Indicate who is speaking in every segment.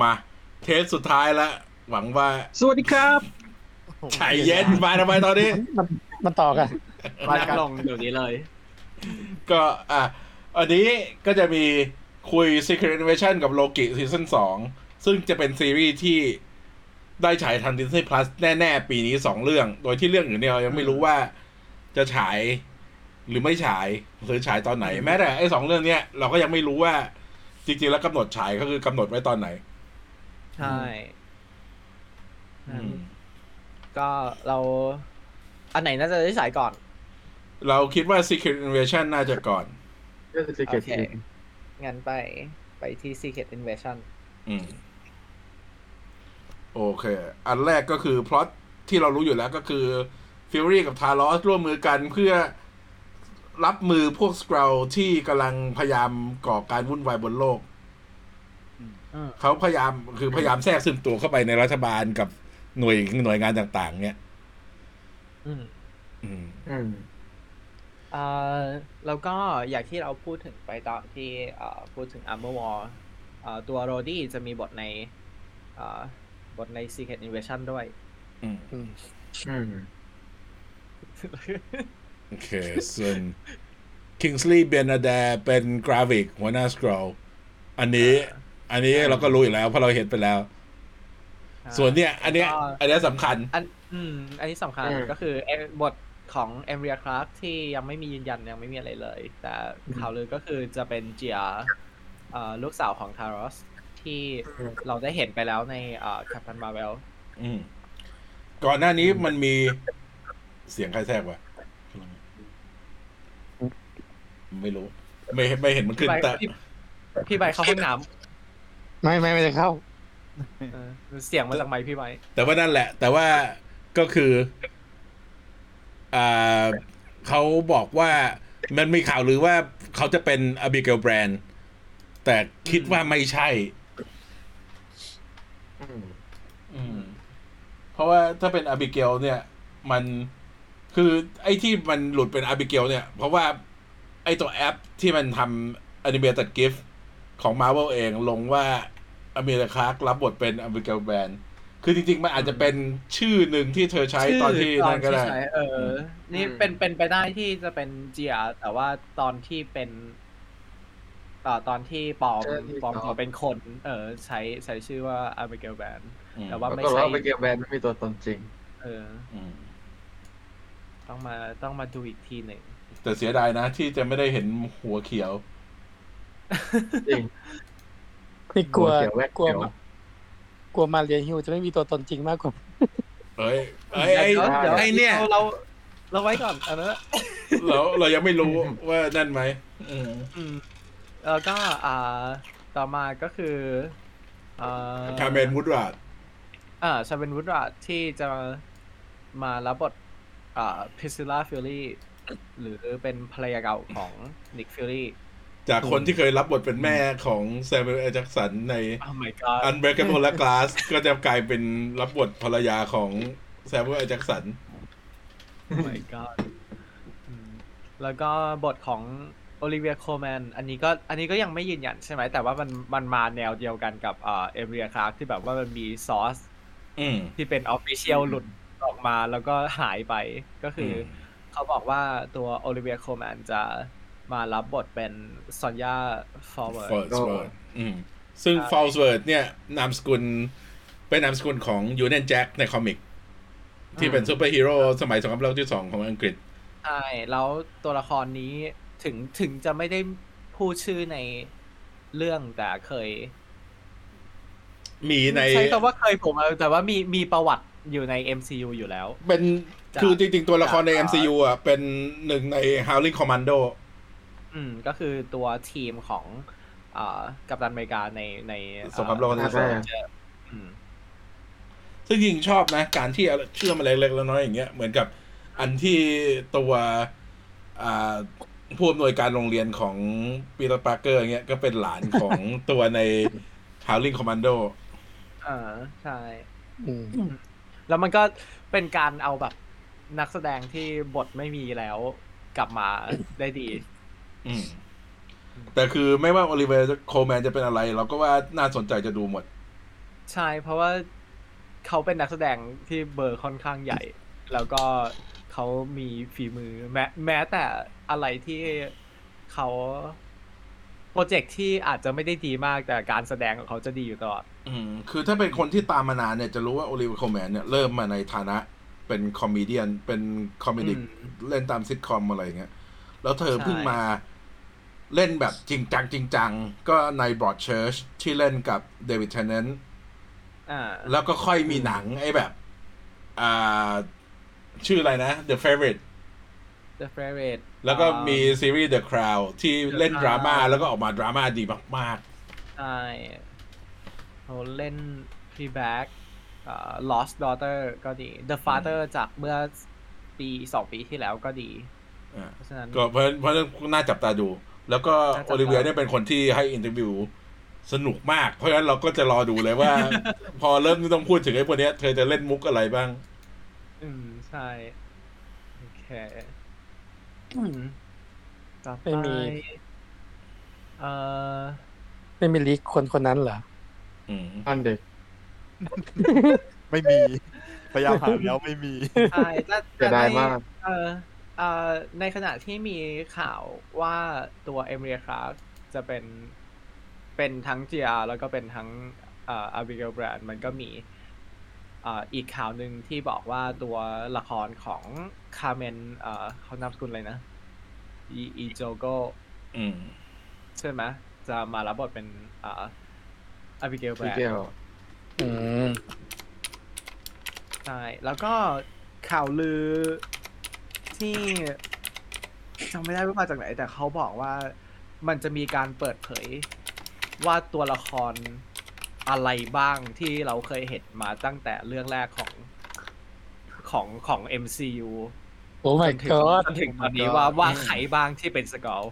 Speaker 1: มาเทสสุดท้ายละหวังว่า
Speaker 2: สวัสดีครับ
Speaker 1: ใจเย็นมาทำไมตอนนี้
Speaker 3: มันมันต่อกัน
Speaker 2: มาลงเดี๋ยวนี้เลย
Speaker 1: ก็อ่ะอันนี้ก็จะมีคุย Secret Invasion กับโลกิซีซั่น2ซึ่งจะเป็นซีรีส์ที่ได้ฉายทาง Disney Plus แน่ ๆ ปีนี้ 2 เรื่อง โดยที่เรื่องอื่นเนี่ยเรายังไม่รู้ว่าจะฉายหรือไม่ฉาย หรือฉายตอนไหน แม้แต่ไอ้สองเรื่องเนี้ยเราก็ยังไม่รู้ว่าจริง ๆ แล้วกำหนดฉายก็คือกำหนดไว้ตอนไหน
Speaker 2: ใช่
Speaker 1: อืม
Speaker 2: ก็เรา อันไหนน่าจะได้สายก่อน
Speaker 1: เราคิดว่า Secret Invasion น่าจะก่อน
Speaker 3: ก็คือ Secret
Speaker 2: โอเค
Speaker 3: Invasion
Speaker 2: งั้นไปไปที่ Secret Invasion
Speaker 1: อืม โอเค อันแรกก็คือพล็อตที่เรารู้อยู่แล้วก็คือฟิวรี่กับทารอสร่วมมือกันเพื่อรับมือพวกส r กร l ที่กำลังพยายามก่อการวุ่นวายบนโลก
Speaker 2: อืม
Speaker 1: เขาพยายามคือพยายามแทรกซึมตัวเข้าไปในรัฐบาลกับหน่วยหน่วยงานต่าง ๆ เนี่ย
Speaker 2: อืม
Speaker 1: อืม
Speaker 3: อืม
Speaker 2: เอ่อแล้วก็อย่างที่เราพูดถึงไปตอนที่เอ่อพูดถึง Armor War เอ่อตัวโรดี้จะมีบทในเอ่อบทใน Secret Invasion ด้วย
Speaker 1: อืม
Speaker 3: อืม
Speaker 1: โอเค ส่วน Kingsley b e n a d a เป็นกราฟิกหัวหน้าส r กร l อันนี้ อันนี้เราก็รู้อยู่แล้วเพราะเราเห็นไปแล้ว ส่วนเนี้ย อันเนี้ย
Speaker 2: ก็
Speaker 1: อันเนี้ยสำคัญ
Speaker 2: อันอืมอันนี้สำคัญ
Speaker 3: อืม
Speaker 2: ก็คือเอ่อบทของเอมเรียคลาร์กที่ยังไม่มียืนยันยังไม่มีอะไรเลย แต่ข่าวลือก็คือจะเป็นเจียเอ่อลูกสาวของทารอสที่เราได้เห็นไปแล้วในเอ่อคัปตันมาเวล
Speaker 1: อืม ก่อนหน้านี้มันมีเสียงใครแทรกวะไม่รู้ ไม่ไม่เห็นมันขึ้
Speaker 2: พี่
Speaker 1: น
Speaker 2: ใบ
Speaker 1: แต่
Speaker 2: พี่พี่ใบเข้าห้องน้
Speaker 3: ไม่ไม่ไม่ได้เข้า
Speaker 2: ำเออเสียงมาจากไมค์พี่ใบ
Speaker 1: แต่ว่านั่นแหละ แต่ว่าก็คืออ่าเขาบอกว่ามันมีข่าวหรือว่าเขาจะเป็นอ i ิเกลแบรนด์แต่คิดว่าไม่ใช่
Speaker 3: อืม
Speaker 1: อืม เพราะว่าถ้าเป็นอาบิเกลเนี่ย มันคือไอ้ที่มันหลุดเป็นอาบิเกลเนี่ย เพราะว่าไอ้ตัวแอปที่มันทำ a n i m a t e d GIF ของ Marvel เองลงว่าอเมริกาครับบทเป็นอาบิเกลแบรนด์คือจริง ๆ มันอาจจะเป็นชื่อหนึ่งที่เธอใช้ตอนที่นั่นก็ได้
Speaker 2: ชื่อตอใช้เออ นี่
Speaker 3: อืม
Speaker 2: เป็นเป็นไปได้ที่จะเป็นเจียแต่ว่าตอนที่เป็นต่อตอนที่ปลอมปลอมตัวเป็นคน เออ ใช้ใช้ชื่อว่าอาร์เบเกลแบน แต่ว่า
Speaker 3: ปรากฏว่าไปเก็บแบรนด์ไม่มีตัวตนจริง
Speaker 2: เออ ต้องมาต้องมาดูอีกทีหนึ่ง
Speaker 1: แต่เสียดายนะ ที่จะไม่ได้เห็นหัวเขียว
Speaker 3: จริง
Speaker 4: นี่กลัว
Speaker 3: เดี๋ยวแวะ
Speaker 4: กลัว
Speaker 3: เดี๋ยว
Speaker 4: มากลัวมาเรียฮิวจะไม่มีตัวตนจริงมากกว่า
Speaker 1: เอ้ยเอ้ยไอ้
Speaker 2: เดี๋ยวเดี๋ยว
Speaker 1: ไอ้เนี่ย
Speaker 2: เราเราเราไว้ก่อนอันนั้น
Speaker 1: เราเรายังไม่รู้ว่านั่นไหมอืม
Speaker 2: อืมแล้วก็อ่าต่อมาก็คืออ่า
Speaker 1: คาเมนวุดวาด
Speaker 2: อ่าชาเวนวุดราชที่จะมารับบทอ่าพิซิล่าฟิลลี่หรือเป็นภรรยาเก่าของนิกฟิลลี่
Speaker 1: จากคนที่เคยรับบทเป็นแม่ของแซม u e l เอลแจ็กสันใน
Speaker 2: โอ้ my god
Speaker 1: Unbreakable และ Glass ก็จะกลายเป็นรับบทภรรยาของแซม u e l เอลแจ็กสัน
Speaker 2: oh my god อืมแล้วก็บทของโอลิเวียโคแมนอันนี้ก็อันนี้ก็ยังไม่ยืนยันใช่ไหม แต่ว่ามันมันมาแนวเดียวกันกับอ่าเอเรียคลาร์กที่แบบว่ามันมีซอส
Speaker 1: อืม
Speaker 2: ที่เป็นออฟฟิเชียลหลุดออกมาแล้วก็หายไปก็คือ เขาบอกว่าตัวโอลิเวียโคแมนจะมารับบทเป็นซอนยาฟอร์เวิร์
Speaker 1: False
Speaker 3: ก็
Speaker 1: Word อืม ซึ่ง
Speaker 2: ใช่
Speaker 1: False Word เนี่ย นามสกุล เป็นนามสกุลของยูเนียนแจ็คในคอมิก ที่เป็นซูเปอร์ฮีโร่สมัยสงครามโลกที่สองของอังกฤษ
Speaker 2: ใช่แล้วตัวละครนี้ถึงถึงจะไม่ได้พูดชื่อในเรื่องแต่เคย
Speaker 1: มีใน
Speaker 2: ใช้คำว่าเคยผมเอาแต่ว่ามีมีประวัติอยู่ใน MCU อยู่แล้ว
Speaker 1: เป็น
Speaker 2: จาก
Speaker 1: คือจริง ๆ ตัวละครใน MCU อ่ะ เป็นหนึ่งใน Howling Commando
Speaker 2: อืมก็คือตัวทีมของอ่ากัปตันอเมริกาในใน
Speaker 1: สงครามโลกครั้งที่สอง
Speaker 2: อืม
Speaker 1: ซึ่งยิงชอบนะ การที่เอาเชื่อมอะไรเล็กๆแล้วน้อยๆอย่างเงี้ยเหมือนกับอันที่ตัวอ่าผู้อำนวยการโรงเรียนของปีเตอร์ปาร์เกอร์เงี้ยก็เป็นหลานของ ตัวใน Howling Commando
Speaker 2: อ่าใช่
Speaker 4: อืม
Speaker 2: แล้วมันก็เป็นการเอาแบบนักแสดงที่บทไม่มีแล้วกลับมาได้ดี
Speaker 1: อืม แต่คือไม่ว่าโอลิเวอร์โคแมนจะเป็นอะไร เราก็ว่าน่าสนใจจะดูหมด
Speaker 2: ใช่เพราะว่าเขาเป็นนักแสดงที่เบอร์ค่อนข้างใหญ่ แล้วก็เขามีฝีมือแม้แม้แต่อะไรที่เขาโปรเจกต์ที่อาจจะไม่ได้ดีมากแต่การแสดงของเขาจะดีอยู่ตลอด
Speaker 1: อืมคือถ้าเป็นคนที่ตามมานานเนี่ยจะรู้ว่าโอลิเวอร์โคแมนเนี่ยเริ่มมาในฐานะเป็นคอมเมเดี้เป็นคอมเมดิก
Speaker 2: อืม
Speaker 1: เล่นตามซิทคอมอะไรอย่างเงี้ย แล้วเธอ
Speaker 2: ใช่
Speaker 1: เพิ่งมาเล่นแบบจริงจังจริงจังก็ในบรอดเชิร์ชที่เล่นกับเดวิดเทนเนนต์
Speaker 2: อ่า
Speaker 1: แล้วก็ค่อยมีหนังไอ้แบบ อ่า ชื่ออะไรนะ The Favorite
Speaker 2: เดอะเฟรเร
Speaker 1: แล้วก็มีซีรีส์ The Crown ที่เล่น
Speaker 2: The
Speaker 1: ดราม่า
Speaker 2: Crown
Speaker 1: แล้วก็ออกมาดราม่าดีมาก
Speaker 2: ใช่เขาเล่นพีแบ็ก Lost Daughter ก็ดี The Father จากเมื่อปีสองปีที่แล้วก็ดี
Speaker 1: ๆอ่า
Speaker 2: เพราะฉะนั้น
Speaker 1: ก็เพราะเพราะฉะนั้นน่าจับตาดู แล้วก็
Speaker 2: น่าจับ
Speaker 1: โอ
Speaker 2: ตา
Speaker 1: ลิเวียเนี่ยเป็นคนที่ให้อินเทอร์วิวสนุกมาก เพราะฉะนั้นเราก็จะรอดูเลย ว่า พอเริ่มต้องพูดถึงไอ้พวกเนี้ย เธอจะเล่นมุกอะไรบ้าง
Speaker 2: อืม ใช่ โอเค
Speaker 4: อืม
Speaker 2: ต่อไป
Speaker 4: ไม่มี
Speaker 2: เอ่ อ
Speaker 4: ไม่มีลีกคนคนนั้นเหรอ
Speaker 1: อืม
Speaker 3: อันเด็ก
Speaker 5: ไม่มี พยายามหาแล้วไม่มี
Speaker 2: ใช่แต่
Speaker 3: เสียดาย
Speaker 2: แต่ใน
Speaker 3: มาก
Speaker 2: เอ่อเอ่อในขณะที่มีข่าวว่าตัวเอเม a รียคราฟจะเป็นเป็นทั้ง GR แล้วก็เป็นทั้งเอ่ออาบิเกลแบรนด์มันก็มีเอ่ออีกข่าวหนึ่งที่บอกว่าตัวละครของคาเมนเอ่อเขานามสกุลอะไรนะอีอีโจโก
Speaker 1: อืม
Speaker 2: ใช่ไหมจะมารับบทเป็นเอ่ออาบิเกลแบร
Speaker 3: พี่
Speaker 2: นด์
Speaker 3: เกล
Speaker 4: อืม
Speaker 2: ใช่ แล้วก็ข่าวลือที่จำไม่ได้ว่ามาจากไหน แต่เขาบอกว่ามันจะมีการเปิดเผยว่าตัวละครอะไรบ้างที่เราเคยเห็นมาตั้งแต่เรื่องแรกของของของ MCU
Speaker 4: โอ้
Speaker 2: จ
Speaker 4: my
Speaker 2: นถึง
Speaker 4: god
Speaker 2: จนถึงตอนนี้ว่าว่าใครบ้างที่เป็นสกอล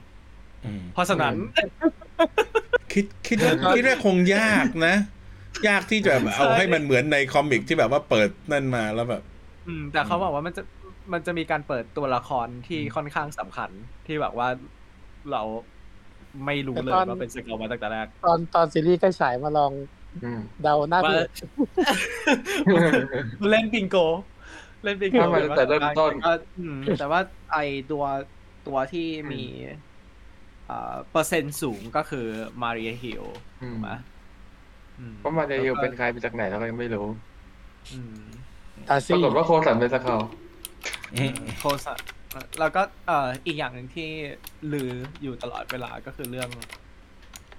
Speaker 1: อืม
Speaker 2: เพราะฉะนั้น
Speaker 1: คิดคิดว่าคิดว่าคงยากนะ ยากที่จะแบบเอา
Speaker 2: ใช่
Speaker 1: ให้มันเหมือนในคอมิกที่แบบว่าเปิดนั่นมาแล้วแบบ
Speaker 2: อืมแต่เขาบอกว่ามันจะมันจะมีการเปิดตัวละครที่ค่อนข้างสำคัญที่แบบว่าเราไม่รู้เลย
Speaker 4: แต่ตอน
Speaker 2: ว่าเป็นสเกลมาตั้งแต่แรก
Speaker 4: ตอนตอนซีรีส์ใกล้ฉายมาลอง
Speaker 3: อืม
Speaker 4: เดาหน้า
Speaker 2: ว่า
Speaker 4: พี่
Speaker 2: เล่นบิงโก เล่นบิงโก
Speaker 3: ถ้ามาตั้งแต่เริ่มต้น
Speaker 2: แต่ว่าอืมแต่ว่าไอตัวตัวที่มีเอ่อเปอร์เซ็นต์สูงก็คือมาเรียฮิล
Speaker 3: อืม
Speaker 2: ถูกไหมอืม
Speaker 3: เพราะมาเดยิวเป็นใครมาจากไหนเราก็ยังไม่รู้
Speaker 2: อืม
Speaker 3: ป
Speaker 4: ตา
Speaker 3: รา
Speaker 4: ซี่
Speaker 3: กฏว่าโคสันเป็นสกาว
Speaker 1: อืม
Speaker 2: โทรศัพท์แล้วก็เอ่ออีกอย่างหนึ่งที่ลืออยู่ตลอดเวลาก็คือเรื่อง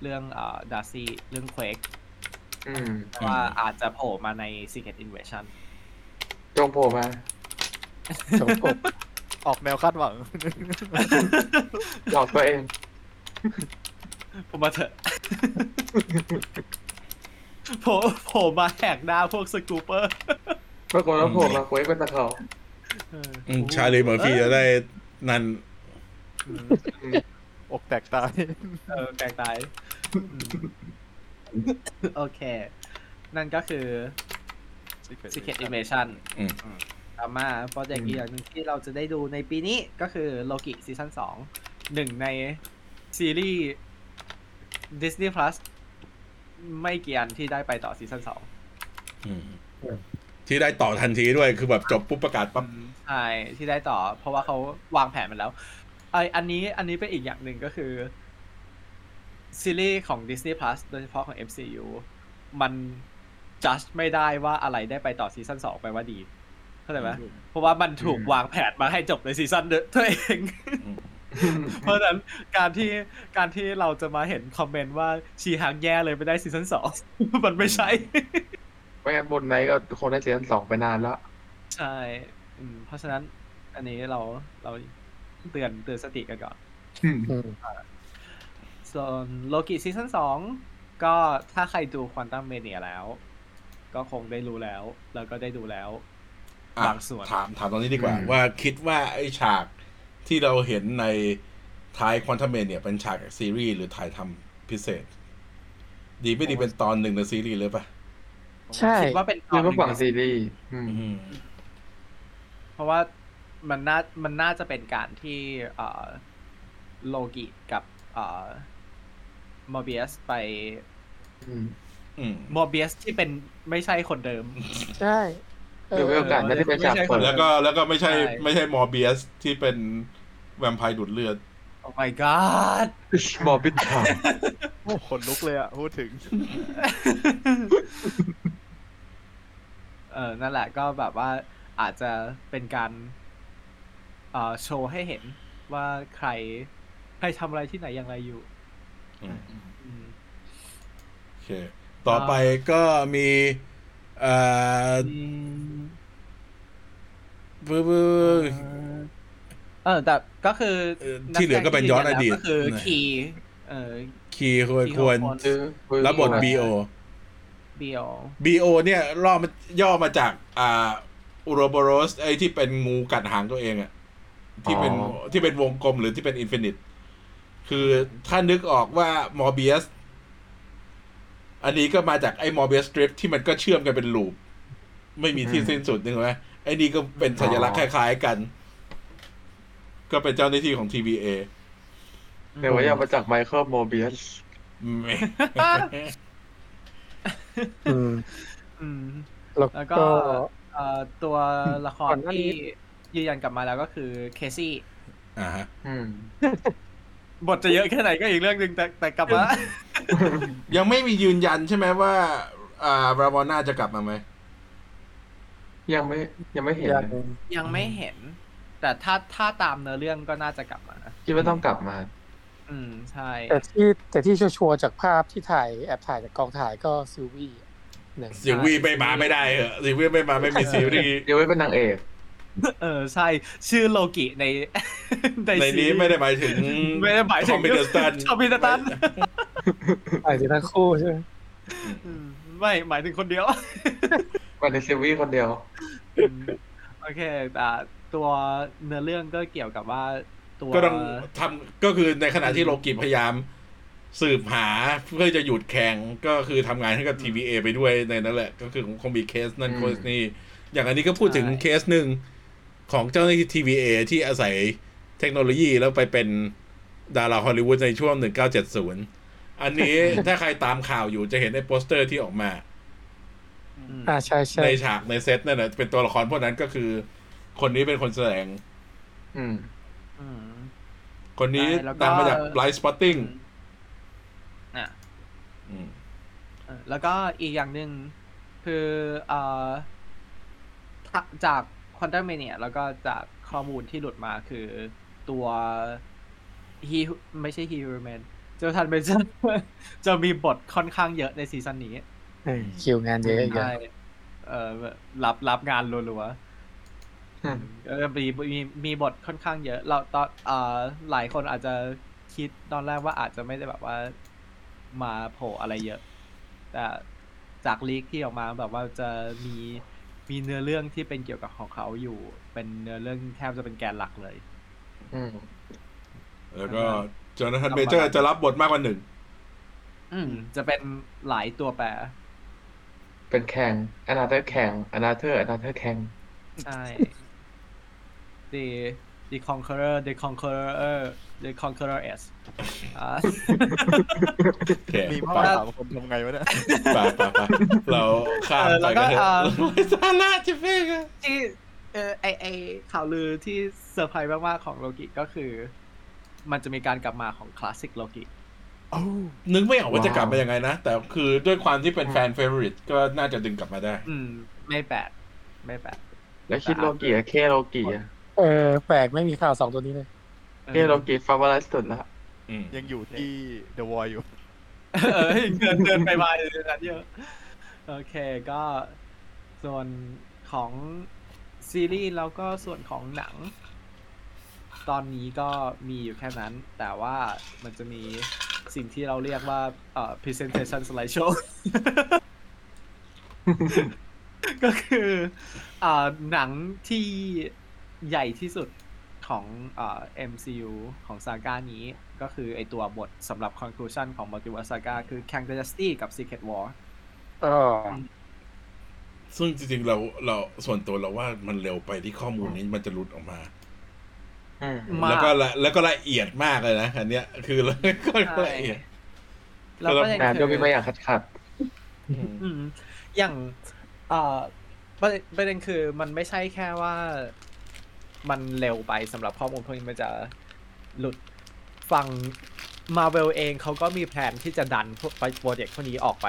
Speaker 2: เรื่องเอ่อดาซี่เรื่องเควก
Speaker 3: อืม
Speaker 2: ว่าอาจจะโผล่มาใน Secret Invasion
Speaker 3: จงโผล่มา
Speaker 4: สมปก
Speaker 5: ออกแนวคาดหวัง
Speaker 3: หลอกตัวเอง
Speaker 2: ผมมาเถอะ โผล่โผล่มาแหกหน้าพวกสกูเปอร์
Speaker 3: ปรากฏว่าโผล่มาคุยเป็นสกาว
Speaker 1: อืมชาลีเมอร์ฟี่จะได้นั่น
Speaker 5: อกแตกตาย
Speaker 2: เออแตกตายอืมโอเค นั่นก็คือ
Speaker 5: Secret
Speaker 2: Secret Invasion
Speaker 5: Invasion
Speaker 1: อืม
Speaker 2: อืมต่อมาโปรเจกต์อีกอย่างหนึ่งที่เราจะได้ดูในปีนี้ก็คือโลกิซีซั่นสองหนึ่งในซีรีส์ Disney Plus ไม่กี่อันที่ได้ไปต่อซีซั่นสอง
Speaker 1: อืมที่ได้ต่อทันทีด้วยคือแบบจบปุ๊บประกาศปั๊บ
Speaker 2: ใช่ที่ได้ต่อ เพราะว่าเขาวางแผนมาแล้วไออันนี้อันนี้เป็นอีกอย่างหนึ่งก็คือ ซีรีส์ของ Disney Plus โดยเฉพาะของ MCU มันจัดไม่ได้ว่าอะไรได้ไปต่อซีซั่นสองไปว่าดีเข้าใจไหมเพราะว่ามันถูกวางแผนมาให้จบในซีซั่นเดียว ตัวเอง เพราะฉะนั้นการที่การที่เราจะมาเห็นคอมเมนต์ว่าชีฮักแย่เลยไปได้ซีซั่นสอง มันไม่ใช่
Speaker 3: ไม่งั้นบนไหนก็คงได้เสียนสองไปนานแล้ว
Speaker 2: ใช่อืมเพราะฉะนั้นอันนี้เราเราเตือนเตือนสติกันก่อน
Speaker 4: อืม
Speaker 2: ส่วนโลกิซีซั่นสองก็ถ้าใครดูควอนตัมเมเนียแล้ว ก็คงได้รู้แล้ว แล้วก็ได้ดูแล้ว
Speaker 1: อ่ะ
Speaker 2: บางส่วน
Speaker 1: ถามถามตรงนี้ดีกว่า
Speaker 3: อืม
Speaker 1: ว่าคิดว่าไอ้ฉากที่เราเห็นในท้ายควอนตัมเมนเนี่ยเป็นฉากจากซีรีส์หรือถ่ายทำพิเศษ ดีไม่ดีเป็นตอนหนึ่งในซีรีส์เลยปะ
Speaker 4: ใช่
Speaker 2: คิดว่าเป็นต
Speaker 3: คือ
Speaker 2: ห
Speaker 3: ก็
Speaker 2: นึ่
Speaker 3: ฝั่ง
Speaker 2: ใน
Speaker 3: ซีรีส์อืม
Speaker 1: อืม
Speaker 2: เพราะว่ามันน่ามันน่าจะเป็นการที่เอ่อโลกิกับเอ่อมอร์เบียสไป
Speaker 1: อืม
Speaker 2: มอร์เบียสที่เป็นไม่ใช่คนเดิม
Speaker 4: ใช่เออ
Speaker 3: เดี๋ยวมีโอกาสนะที่เป็นฉากเปิด
Speaker 1: แล้วก็แล้วก็ไม่ใช่
Speaker 2: ใช่
Speaker 1: ไม่ใช่มอร์เบียสที่เป็นแวมไพร์ดูดเลือด
Speaker 2: โอ้ my god
Speaker 3: หมอบิดถาม
Speaker 5: คนลุกเลยอ่ะ พูดถึง
Speaker 2: เออนั่นแหละก็แบบว่าอาจจะเป็นการเอ่อโชว์ให้เห็นว่าใคร ใครทำอะไรที่ไหนอย่างไรอยู่
Speaker 1: อืม
Speaker 2: อืม
Speaker 1: โอเค ต่อไปก็มีเอ่อบึ้บบึ้บ
Speaker 2: เออแต่ก็คือ
Speaker 1: เออที่เหลือก็เป็นย้อนอดีต
Speaker 2: ก็คือคีย์เออ
Speaker 1: คีย์ควรควร
Speaker 3: คือคือ
Speaker 1: แล้วบท
Speaker 2: B
Speaker 1: BO
Speaker 2: เบียว
Speaker 1: BO เนี่ยล่อมาย่อมาจากอ่าอุโรโบโรสไอ้ที่เป็นงูกัดหางตัวเองอะที่เป็นที่เป็นวงกลมหรือที่เป็นอินฟินิต คือถ้านึกออกว่ามอร์เบียส อันนี้ก็มาจากไอ้มอร์เบียส r i ิปที่มันก็เชื่อมกันเป็นลูป ไม่มีที่สิ้นสุดนึกไหมไอ้นี่ก็เป็นสัญลักษณ์คล้ายๆกัน ก็เป็นเจ้าหน้าที่ของ TVA
Speaker 3: เดี๋ยวว่าอยากมาจากไมเคิลโมเบียส
Speaker 1: อืม
Speaker 4: อืม
Speaker 2: อืม
Speaker 4: แล้ว
Speaker 2: แล้วก็
Speaker 4: ก็
Speaker 2: เอ่อตัวละคร
Speaker 4: ก่อนหน้านี้
Speaker 2: ที่ยืนยันกลับมาแล้วก็คือเคซี่
Speaker 1: อ่าฮะ
Speaker 3: อืม
Speaker 2: บทจะเยอะแค่ไหนก็อีกเรื่องหนึ่งแต่แต่กลับมา
Speaker 1: ยังไม่มียืนยันใช่ไหมว่า อ่าบราวน่าจะกลับมาไหม
Speaker 3: ยังไม่ยังไม่เห็น
Speaker 4: ยัง
Speaker 3: นะ
Speaker 2: ยังไม่เห็น แต่ถ้าถ้าตามเนื้อเรื่องก็น่าจะกลับมา
Speaker 3: คิดว่าต้องกลับมา
Speaker 2: อืมใช่
Speaker 4: แต่ที่แต่ที่ชัวร์ๆจากภาพที่ถ่ายแอบถ่ายจากกองถ่ายก็ซิลวี่หนึ่ง
Speaker 1: สิวีไม่มาไม่ได้เหอะสิวีไม่มาไม่มีซีรีส์
Speaker 3: เดี๋ยวไว้เป็นนางเอก
Speaker 2: เออใช่ชื่อโลกิใน
Speaker 1: ใน
Speaker 2: ซีรี
Speaker 1: นี้
Speaker 2: ส์
Speaker 1: ไม่ได้หมายถึง
Speaker 2: ไม่ได้หมายถึ
Speaker 1: ท
Speaker 2: ง
Speaker 1: อมบินเดอร์ส ตัน
Speaker 2: ทอมบินเดอร์สตัน
Speaker 4: อาจจะทั้งคู่ใช่ไหม
Speaker 2: อืมไม่หมายถึงคนเดียว
Speaker 3: วันในซีรีส์คนเดียว
Speaker 2: โอเคแต่ตัวเนื้อเรื่องก็เกี่ยวกับว่าตัว
Speaker 1: ก็ต้องทำก็คือในขณะที่โลกิพยายาม สืบหาเพื่อจะหยุดแข่งก็คือทำงานให้กับ TVA ไปด้วยในนั้นแหละ ก็คือคงมีเคสนั่น
Speaker 3: อืม
Speaker 1: เคสนี่ อย่างอันนี้ก็พูดถึงเคสหนึ่งของเจ้าหน้าที่ TVA ที่อาศัยเทคโนโลยีแล้วไปเป็นดาราฮอลลีวูดในช่วง 1970 อันนี้ ถ้าใครตามข่าวอยู่จะเห็นไอ้โปสเตอร์ที่ออกมา
Speaker 2: อืม
Speaker 4: อ่าใช่ใช่
Speaker 1: ในฉากในเซตนั่นนะเป็นตัวละครพวกนั้นก็คือ คนนี้เป็นคนแสดง
Speaker 3: อืม
Speaker 2: อืม
Speaker 1: คนนี้
Speaker 2: ใช่แล้วก็
Speaker 1: ตามมาจากไลท์สปอตติ้ง
Speaker 2: อ่ะเออแล้วก็อีกอย่างหนึ่งคือเอ่อถ้าจากค u อนตัมเมเนียแล้วก็จากข้อมูลที่หลุดมาคือตัวฮีไม่ใช่ฮีโรแมนเจ้าทันเบนจะจะมีบทค่อนข้างเยอะในซีซั่นนี้
Speaker 4: เออคิวงานเยอะอีกแล้ว
Speaker 2: ใช่เออรับรับงานรัวๆ
Speaker 3: อืม
Speaker 2: เออมีมีมีบทค่อนข้างเยอะ เราตอนเอ่อหลายคนอาจจะคิดตอนแรกว่าอาจจะไม่ได้แบบว่ามาโผล่อะไรเยอะ แต่จากลีกที่ออกมาแบบว่าจะมีมีเนื้อเรื่องที่เป็นเกี่ยวกับของเขาอยู่ เป็นเนื้อเรื่องแทบจะเป็นแกนหลักเลย
Speaker 3: อืม
Speaker 1: แล้วก็
Speaker 2: อ่าฮะ
Speaker 1: จอห์น h ันเบเจอร์จะรับบทมากกว่าหนึ่ง
Speaker 2: อืม จะเป็นหลายตัวแปร
Speaker 3: เป็นแข่งอนาเธอร์แข่งอนาเธอร์อนาเธอร์แข่ง
Speaker 2: ใช่ the the conqueror the conqueror the conqueror s อ่า
Speaker 1: โอเค
Speaker 5: มี
Speaker 1: ไป
Speaker 5: มาสามคนทำไงวะเนี่ย
Speaker 1: ไปไปไปเราข้าม
Speaker 2: เออ
Speaker 1: ไป
Speaker 2: แล้วก็
Speaker 1: กันเถอะ
Speaker 2: อ่า
Speaker 1: สาระจะเฟ้งอะ
Speaker 2: ที่เออไอไอข่าวลือที่เซอร์ไพรส์มาก ๆ ของโลกิก็คือ มันจะมีการกลับมาของคลาสสิกโลกิ
Speaker 1: นึกไม่ออกว่าจะกลับมายังไงนะ แต่คือด้วยความที่เป็นแฟนเฟเวอริตก็น่าจะดึงกลับมาได้
Speaker 2: อืม ไม่แปลกไม่แปลก
Speaker 3: แล้วคิดโลกีอะเคโลกีอะ
Speaker 4: เออ แปลกไม่มีข่าวสองตัวนี้เลย
Speaker 2: เออ
Speaker 3: เคโลกีฟาวไลสุดละ
Speaker 1: อืม
Speaker 5: ยังอยู่ที่ The Voice อยู่
Speaker 2: เออเดินเดินไปมาอยู่ในนั้นเยอะ โอเคก็ส่วนของซีรีส์แล้วก็ส่วนของหนัง ตอนนี้ก็มีอยู่แค่นั้น แต่ว่ามันจะมีสิ่งที่เราเรียกว่าเอ่อ presentation slideshow ก็คืออ่าหนังที่ใหญ่ที่สุดของอ่า MCU ของซาก้านี้ ก็คือไอตัวบทสำหรับ conclusion ของ Multiverse Saga คือ Kang Dynasty กับ Secret War
Speaker 4: อ๋อ
Speaker 1: ซึ่งจริงๆเราเราส่วนตัวเราว่ามันเร็วไปที่ข้อมูลนี้มันจะหลุดออกมา
Speaker 3: อืม
Speaker 2: มาก
Speaker 1: แล้วก็ละแล้วก็ละเอียดมากเลยนะอันเนี้ยคือละก็ละเอียด
Speaker 2: แล้วก็ยัง
Speaker 3: นะ
Speaker 2: คือ
Speaker 3: โดยมีมาอย่างขัดขัด
Speaker 1: อืม
Speaker 2: อืมอย่างเอ่อประเด็นประเด็นคือมันไม่ใช่แค่ว่ามันเร็วไปสำหรับข้อมูลพวกนี้มันจะหลุดฝั่งมาเวลเองเขาก็มีแผนที่จะดันพวกโปรเจกต์พวกนี้ออกไป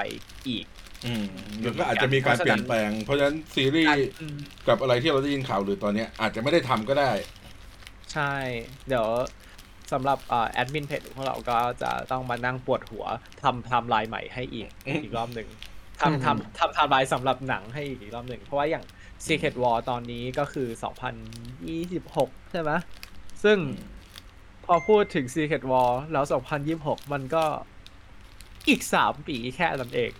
Speaker 2: อีก
Speaker 1: อืมมันก็อาจจะมีการเปลี่ยนแปลง เพราะฉะนั้นซีรีส์
Speaker 2: อืม
Speaker 1: กับอะไรที่เราได้ยินข่าวหรือตอนเนี้ย อาจจะไม่ได้ทำก็ได้
Speaker 2: ใช่ เดี๋ยวสำหรับแอดมินเพจของเราก็จะต้องมานั่งปวดหัวทำไทำลายใหม่ให้อีก
Speaker 1: อืม
Speaker 2: อีกรอบหนึ่ง
Speaker 3: อืม
Speaker 2: ทำทำทำไทำลายสำหรับหนังให้อีกรอบหนึ่ง เพราะว่าอย่าง Secret War ตอนนี้ก็คือ 2026 ใช่ไหมซึ่งพอพูดถึง Secret War แล้ว 2026 มันก็อีก 3 ปีแค่นั้นเอง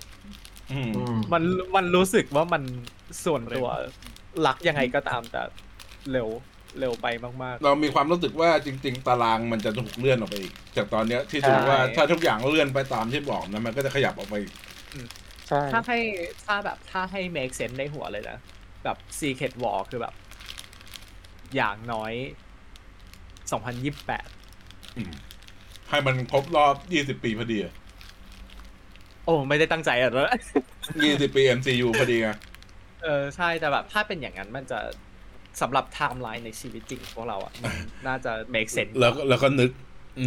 Speaker 1: อืม
Speaker 3: อืม
Speaker 2: มันมันรู้สึกว่ามันส่วนตัวรักยังไงก็ตามแต่เร็วเร็วไปมาก ๆ
Speaker 1: เรามีความรู้สึกว่าจริง ๆ ตารางมันจะถูกเลื่อนออกไปอีก จากตอนเนี้ยที่ถือว่า
Speaker 2: ใช่
Speaker 1: ถ้าทุกอย่างเลื่อนไปตามที่บอกนะมันก็จะขยับออกไปอีก
Speaker 4: ใช่
Speaker 2: ถ้าให้ถ้าแบบถ้าให้ make sense ในหัวเลยนะ แบบ Secret War คือแบบ อย่างน้อย 2028
Speaker 1: อืมให้มันครบรอบ 20 ปีพอดี
Speaker 2: โอ้ไม่ได้ตั้งใจอ่ะเหร อ
Speaker 1: 20 ปี MCU พอดีไง
Speaker 2: เออใช่แต่แบบ ถ้าเป็นอย่างนั้นมันจะสำหรับไทม์ไลน์ในชีวิตจริงของพวกเราอ่ะมันน่าจะ make sense
Speaker 1: แล้วแล้วก็นึก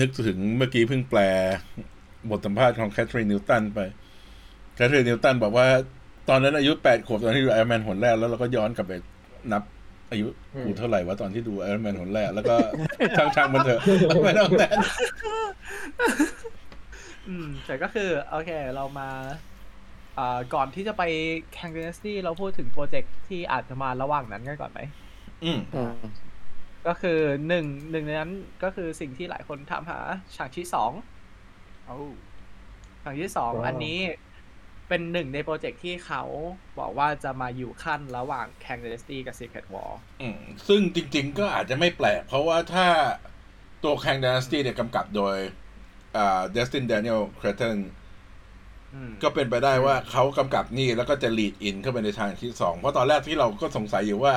Speaker 1: นึกถึงเมื่อกี้เพิ่งแปล บทสัมภาษณ์ของแคทรีนนิวตันไป แคทรีนนิวตันบอกว่า ตอนนั้นอายุ 8 ขวบตอนที่ดูไอรอนแมนหนแรกแล้วเราก็ย้อนกลับไปนับ อายุ
Speaker 3: อืม
Speaker 1: กูเท่าไหร่วะตอนที่ดูไอรอนแมนหนแรกแล้วก็ ช่างๆมันเถอะ ไม่ต้องแน่น
Speaker 2: อืมแต่ก็คือ โอเค เรามาอ่าก่อนที่จะไปแข่ง Dynasty เราพูดถึงโปรเจกต์ที่อาจจะมาระหว่างนั้นกันก่อนไหม
Speaker 1: อืม
Speaker 4: อืม
Speaker 2: ก็คือหนึ่งหนึ่งในนั้นก็คือสิ่งที่หลายคนถามหาฉากที่สอง
Speaker 5: เอ้า
Speaker 2: ครั้งที่สอง
Speaker 3: ว้าว
Speaker 2: อันนี้เป็นหนึ่งในโปรเจกต์ที่เขาบอกว่าจะมาอยู่ขั้นระหว่าง Kang Dynasty กับ Secret War
Speaker 1: อืมซึ่งจริงๆก็อาจจะไม่แปลก เพราะว่าถ้าตัวแคงด y น a สตี้เนี่ยกำกับโดยเดสติน d ดเนียลคร t เทน
Speaker 2: อืม
Speaker 1: ก็เป็นไปได้ว่าเขากำกับนี่แล้วก็จะ lead in เข้าไปในทางที่สองเพราะตอนแรกที่เราก็สงสัยอยู่ว่า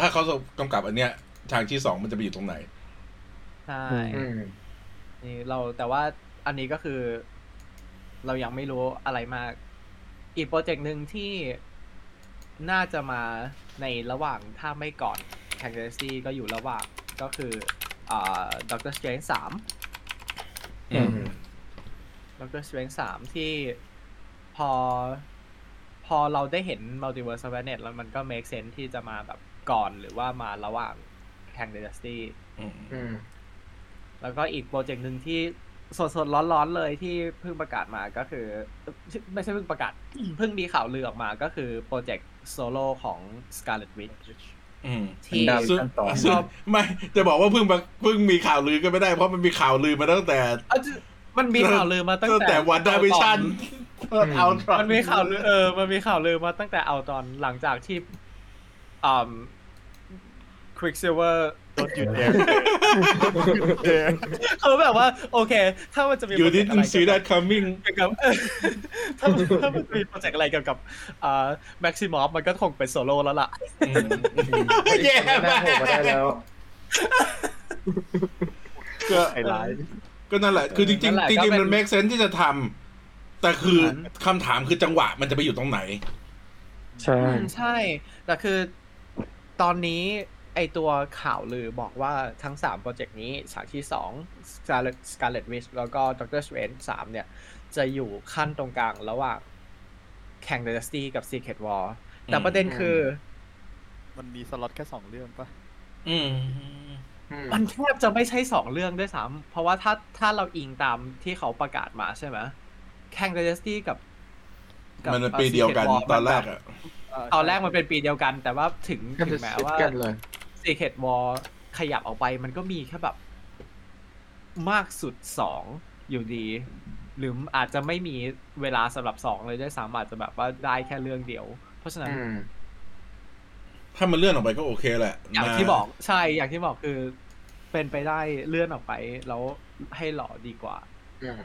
Speaker 1: ถ้าเขากำกับอันเนี้ยทางที่สองมันจะไปอยู่ตรงไหน
Speaker 2: ใช่
Speaker 3: อืม
Speaker 2: นี่เราแต่ว่าอันนี้ก็คือ เรายังไม่รู้อะไรมาก อีกโปรเจกต์หนึ่งที่น่าจะมาในระหว่างถ้าไม่ก่อน Kang Dynasty ก็อยู่ระหว่างก็คืออ่า Doctor Strange สาม
Speaker 1: อืม
Speaker 2: ดรสเวนสามที่พอ พอเราได้เห็นมัลติเวิร์สแวนเน็ตแล้วมันก็ make sense ที่จะมาแบบก่อนหรือว่ามาระหว่างแข่งเดนสตี้
Speaker 1: อืม
Speaker 3: อืม
Speaker 2: แล้วก็อีกโปรเจกต์หนึ่งที่สดๆ ร้อนๆ เลยที่เพิ่งประกาศมาก็คือ ไม่ใช่เพิ่งประกาศ เพิ่งมีข่าวลือออกมาก็คือโปรเจกต์โซโล่ของ Scarlet Witch
Speaker 1: อืม
Speaker 2: ที่
Speaker 3: ดาว
Speaker 1: ซึ่ง
Speaker 3: ขั้นตอน
Speaker 1: ซึ่งไม่จะบอกว่าเพิ่งมาเพิ่งมีข่าวลือก็ไม่ได้เพราะมันมีข่าวลือมาตั้งแต่
Speaker 2: เอาจริงมันมีข่าวลือมาตั้
Speaker 1: ตั้งแต่วันดาวิชันเอาตอ
Speaker 2: มันมีข่าวลือเออ มันมีข่าวลือมาตั้งแต่เอาตอนหลังจากที่อ่า Quicksilver
Speaker 5: รถหยุดแดงรถหยุดแดง
Speaker 2: เขาแบบว่า โอเค ถ้ามันจะมี
Speaker 1: you
Speaker 2: โปรเจกต์อะไร
Speaker 1: didn't see
Speaker 2: เกี่ยว
Speaker 1: that coming
Speaker 2: กับ เออถ้ามันถ้ามันมีโปรเจกต์อะไรเกี่ยวกับอ่าแม็กซิมอฟมันก็คงเป็นโซโล่แล้วล่ะ
Speaker 1: อืม
Speaker 3: แย่มากมาได้แล้ว
Speaker 1: ก็
Speaker 5: ไอ้ร้าย
Speaker 1: ก็นั่นแหละ คือจริงๆจ
Speaker 2: นั่นแหละก็
Speaker 1: ริงๆ
Speaker 2: เป็น
Speaker 1: มัน make sense ที่จะทำแต่คือ
Speaker 2: เหมือน
Speaker 1: คำถามคือจังหวะมันจะไปอยู่ตรงไหน
Speaker 4: ใช่
Speaker 2: อืมใช่ แต่คือตอนนี้ไอตัวข่าวลือบอกว่าทั้ง 3 โปรเจกต์นี้ฉากที่ 2 Scarlet Scarlet Witch แล้วก็ Doctor Strange 3 เนี่ย จะอยู่ขั้นตรงกลางระหว่าง Kang Dynasty กับ Secret War แต่ประเด็นคืออ
Speaker 5: มันมีสล็อตแค่สองเรื่องปะ
Speaker 1: อืม
Speaker 2: มันแทบจะไม่ใช่ 2 เรื่องด้วยซ้ำเพราะว่าถ้าถ้าเราอิงตามที่เขาประกาศมาใช่ไหม Kang Dynasty กับกับ
Speaker 1: มันเป็นปีเดียวกัน
Speaker 2: Secret War
Speaker 1: ตอนแรก
Speaker 2: มัแบบ
Speaker 1: อะ
Speaker 2: ตอนแรกมันเป็นปีเดียวกัน แต่ว่าถึง
Speaker 3: ก็
Speaker 2: ถึ
Speaker 3: จะ
Speaker 2: งแม้
Speaker 3: ซิด
Speaker 2: ว่า
Speaker 3: กันเลย
Speaker 2: Secret War ขยับออกไปมันก็มีแค่แบบ มากสุดสองอยู่ดี หรืออาจจะไม่มีเวลาสำหรับสองเลยด้วยซ้ำอาจจะแบบว่าได้แค่เรื่องเดียว เพราะฉะนั้น
Speaker 3: อืม
Speaker 1: ถ้ามันเลื่อนออกไปก็โอเคแหละ
Speaker 2: อย่างที่บอกใช่อย่างที่บอกคือ เป็นไปได้เลื่อนออกไป แล้วให้หล่อดีกว่า
Speaker 3: อืม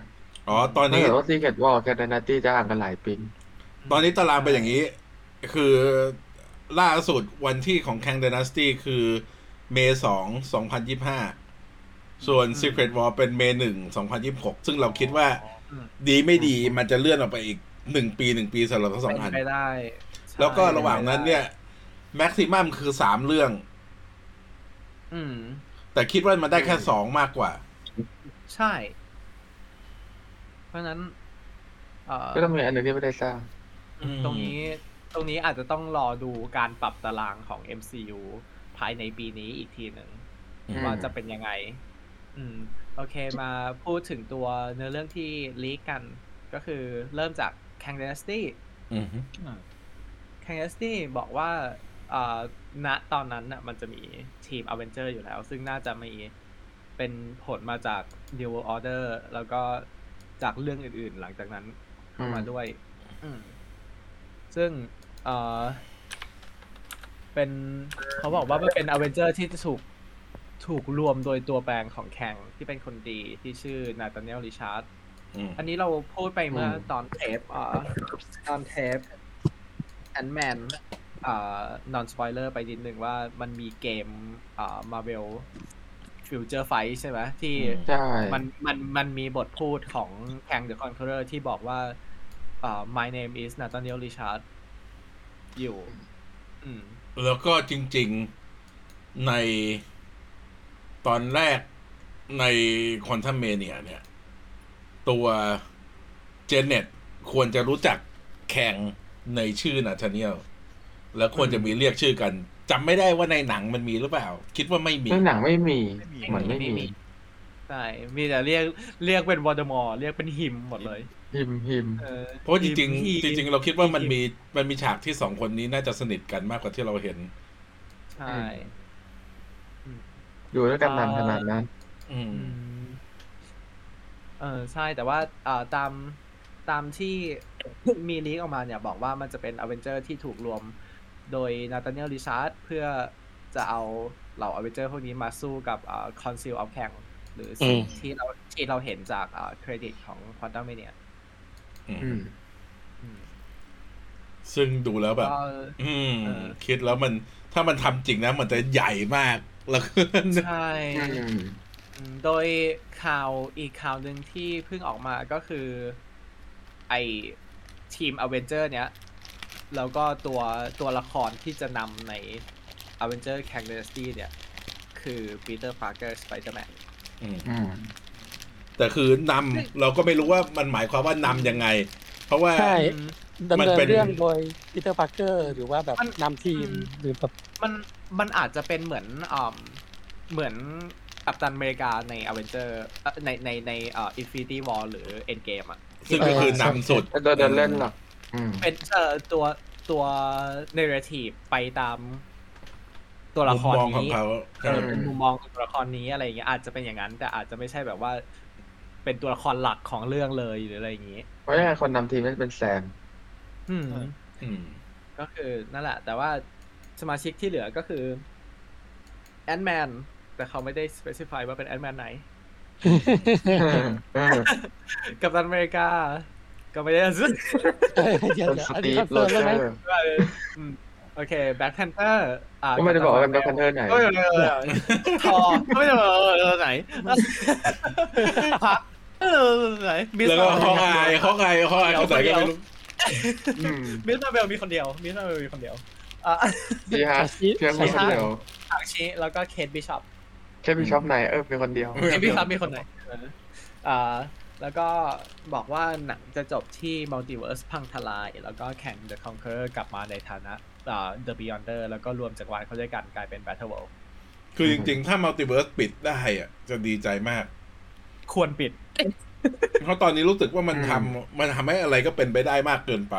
Speaker 1: อ๋อ ตอน
Speaker 3: ถ้า
Speaker 1: นี้
Speaker 3: เกิดว่าซีเกตวอลกับดานาตี้จะห่างกันหลายปี
Speaker 1: ตอนนี้ตารางเป็นอย่างนี้ คือล่าสุดวันที่ของ Kang Dynasty คือเมสองสองพันยี่ห้าส่วน Secret War เป็นเมหนึ่งสองพันยี่หกซึ่งเราคิดว่า
Speaker 2: อืม
Speaker 1: ดีไม่ดีมันจะเลื่อนออกไปอีก หนึ่งปีหนึ่งปีสำหรับทั้งสองอัน
Speaker 2: เป็นไปได้ใช่
Speaker 1: แล้วก็ระหว่างนั้นเนี่ยแม็กซิมัมคือสามเรื่อง
Speaker 2: อืม
Speaker 1: แต่คิดว่ามันได้แค่สองมากกว่า
Speaker 2: ใช่ เพราะฉะนั้น เอ่อ
Speaker 3: ก็ต้องมีอันหนึ่งที่ไม่ได้สร้าง
Speaker 1: อืม
Speaker 2: ตรงนี้ ตรงนี้อาจจะต้องรอดูการปรับตารางของ MCU ภายในปีนี้อีกทีหนึ่ง
Speaker 3: อืม
Speaker 2: ว่าจะเป็นยังไง อืม โอเคมาพูดถึงตัวเนื้อเรื่องที่ลีกกัน ก็คือเริ่มจาก Kang Dynasty
Speaker 1: อืม
Speaker 2: Kang Dynasty บอกว่าอ่าณตอนนั้นน่ะมันจะมีทีม a v e n g e r อยู่แล้ว ซึ่งน่าจะมีเป็นผลมาจาก New World Order แล้วก็จากเรื่องอื่นๆ หลังจากนั้นเข้ามาด้วย อืม ซึ่งเอ่อเป็นเขาบอกว่ามันเป็นอเวนเจอร์ที่ถูกถูกรวมโดยตัวแปลงของแข่งที่เป็นคนดีที่ชื่อนาตาเนลริชาร์ด
Speaker 1: อืม
Speaker 2: อันนี้เราพูดไปเมื่ออ
Speaker 3: ม
Speaker 2: ตอนเทปเอ่อตอนเทปแอนแมนเอ่อนอนสปอยเลอร์ไปนิดนึงว่ามันมีเกมเอ่อมาเวลฟิวเจอร์ไฟใช่ไหมที่
Speaker 3: ใช่
Speaker 2: มันมันมันมีบทพูดของแ a ง g the Conqueror ที่บอกว่าเอ่อ my name is Nathaniel Richard อยู่ อืม
Speaker 1: แล้วก็จริง ๆในตอนแรกในคอนทัมเมเนียเนี่ย ตัวเจเน็ตควรจะรู้จักแข่งในชื่อนาธาเนียลแล้วควรจะมีเรียกชื่อกันจำไม่ได้ว่าในหนังมันมีหรือเปล่า คิดว่าไม่มี
Speaker 3: เรื่องหนังไม่มี
Speaker 5: ไม่มี
Speaker 3: เหมือนไม่
Speaker 2: ไม่มี
Speaker 3: มี
Speaker 2: ใช่ มีแต่เรียกเรียกเป็นวอร์ดมอร์เรียกเป็นหิมหมดเลย
Speaker 3: หิมหิม
Speaker 2: เออ
Speaker 1: เพราะจริง
Speaker 2: หิม
Speaker 1: ๆจริง ๆ เราคิดว่ามันมีมันมีฉากที่สองคนนี้น่าจะสนิทกันมากกว่าที่เราเห็น
Speaker 2: ใช่
Speaker 3: อยู่ด้วยกันนานขนาดนั้น
Speaker 1: อืม
Speaker 2: เออใช่แต่ว่าเอ่อตามตามที่ มีลีกออกมาเนี่ยบอกว่ามันจะเป็นอเวนเจอร์ที่ถูกรวมโดยนาตาเนียลริชาร์ดเพื่อจะเอาเหล่าอเวนเจอร์พวกนี้มาสู้กับคอนซิลออฟแคงหรือสิ่ง
Speaker 4: อืม
Speaker 2: ที่เราที่เราเห็นจากเครดิตของควอนตัมเมเนีย
Speaker 3: อืม
Speaker 1: ซึ่งดูแล้วแบบ
Speaker 2: ก็
Speaker 1: อืม
Speaker 2: เออ
Speaker 1: คิดแล้วมันถ้ามันทำจริงนะ มันจะใหญ่ มาก แล้วก็
Speaker 2: ใช่ อืมโดยข่าวอีกข่าวหนึ่งที่เพิ่งออกมาก็คือไอทีมอเวนเจอร์เนี้ย แล้วก็ตัวตัวละครที่จะนำใน a v e n g e r k a n g Dynasty เนี่ย คือปีเตอร์พาร์เกอร์สไปเดอร์แมน
Speaker 1: อืม
Speaker 3: อืม
Speaker 1: แต่คือนำเราก็ไม่รู้ว่ามันหมายความว่านำยังไง เพราะว่า
Speaker 4: ใช่ ดำ
Speaker 1: มัน
Speaker 4: เนิน
Speaker 1: เป็น
Speaker 4: เรื่องโดยปีเตอร์พาร์เกอร์หรือว่าแบบนำทีมหรือแบบ
Speaker 2: มันมันอาจจะเป็นเหมือนอ่อมเหมือนกัปตันอเมริกาใน a v e n g e r เอ่อในในในเอ่อ Infinity War หรือ Endgame อะ
Speaker 1: ซึ่งก็คือนำสุด
Speaker 3: แต่เดินเล่นหรอกอืม
Speaker 2: เป็นเอ่อตัวตัวเนเรทีฟไปตามตัวละ
Speaker 1: มุ
Speaker 2: ค
Speaker 1: ม
Speaker 2: ร
Speaker 1: มองของ
Speaker 2: นี้
Speaker 1: เขา
Speaker 2: เออเป็น
Speaker 3: อืม
Speaker 2: มุมมองของตัวละครนี้อะไรอย่างเงี้ยอาจจะเป็นอย่างนั้น แต่อาจจะไม่ใช่แบบว่า เป็นตัวละครหลักของเรื่องเลยหรืออะไรอย่างงี้
Speaker 3: เพราะยังไงคนนำทีมมันเป็นแซม
Speaker 2: อืม
Speaker 5: เออ
Speaker 1: อืม
Speaker 2: ก็คือนั่นแหละ แต่ว่าสมาชิกที่เหลือก็คือแอนแมนแต่เขาไม่ได้ specify ว่าเป็นแอนแมนไหน กับตันอเมริกา ก็ไม่ได้
Speaker 4: เออเดี๋ยว
Speaker 3: เป็นสตี
Speaker 4: เดี๋ยวอันนี้
Speaker 3: ฟ
Speaker 4: คอน
Speaker 3: โร
Speaker 4: เฟิร์ม
Speaker 3: เจ
Speaker 4: แล้วไหม
Speaker 3: อร์
Speaker 2: อืมโอเคแบ็คแพนเตอร์อ่า
Speaker 3: ก็ไม่ได้บอกว่าเป็นแบ็คแพนเทอร์ไหน
Speaker 2: ก็ไม่เออ ทอก็ไม่เออเออไหนพักเออไหนมิส
Speaker 1: แล้วก็ข้อไอข้อไอข้อไอเขาใส่ก็ไม่รู้
Speaker 3: อืม
Speaker 2: มิสมาเบลมีคนเดียวมิสมาเบลมีคนเดียวอ่ะ
Speaker 3: ดีฮะเพียงคนเดียว
Speaker 2: ทางชีแล้วก็เคทบิชอป
Speaker 3: แค่พี่ช็อปไหนเออเป็นคนเดียว
Speaker 2: เคทบิชอปมีคนไหนเอออ่าแล้วก็บอกว่าหนังจะจบที่มัลติเวิร์สพังทลาย แล้วก็แข่ง The Conqueror กลับมาในฐานะอ่า The Beyonder แล้วก็รวมจักรวาลเข้าด้วยกันกลายเป็น Battle World
Speaker 1: คือจริง ๆ ถ้ามัลติเวิร์สปิดได้อ่ะ จะดีใจมาก
Speaker 2: ควรปิด
Speaker 1: เพราะตอนนี้รู้สึกว่ามันทำ
Speaker 3: อืม
Speaker 1: มันทำให้อะไรก็เป็นไปได้มากเกินไป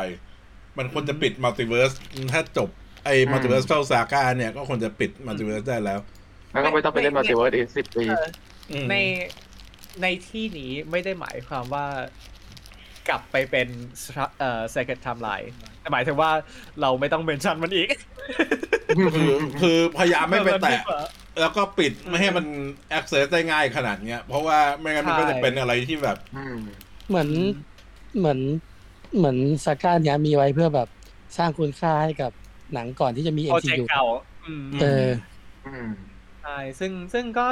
Speaker 1: มันควรจะปิดมัลติเวิร์สถ้าจบไอ้มัลติเวิร์สเจ้าซาก้าเนี่ยก็ควรจะปิดมัลติเวิร์สได้แล้ว
Speaker 3: แล้วก็ไม่ต้องไปเล่นมัลติเวิร์สอีกสิบปี
Speaker 1: อืม
Speaker 2: ในในที่นี้ไม่ได้หมายความว่ากลับไปเป็น stra- เอ่อ second timeline แต่หมายถึงว่าเราไม่ต้องเมนชั่นมันอีก
Speaker 1: คือคือพยายามไม่ไปแตะ
Speaker 2: เออ
Speaker 1: แล้วก็ปิดไม่ให้มัน access ได้ง่ายขนาดเนี้ย เพราะว่าไม่งั้นมันก็
Speaker 2: ใช่
Speaker 1: จะเป็นอะไรที่แบบ
Speaker 3: อืม
Speaker 4: เหมือนเหมือนเหมือนสาก้าเนี้ยมีไว้เพื่อแบบสร้างคุณค่าให้กับหนังก่อนที่จะมี
Speaker 2: โปรเจก
Speaker 4: MCU
Speaker 2: ต์เก่าอืม
Speaker 4: เออ
Speaker 3: อืม
Speaker 2: ใช่ซึ่งซึ่งก็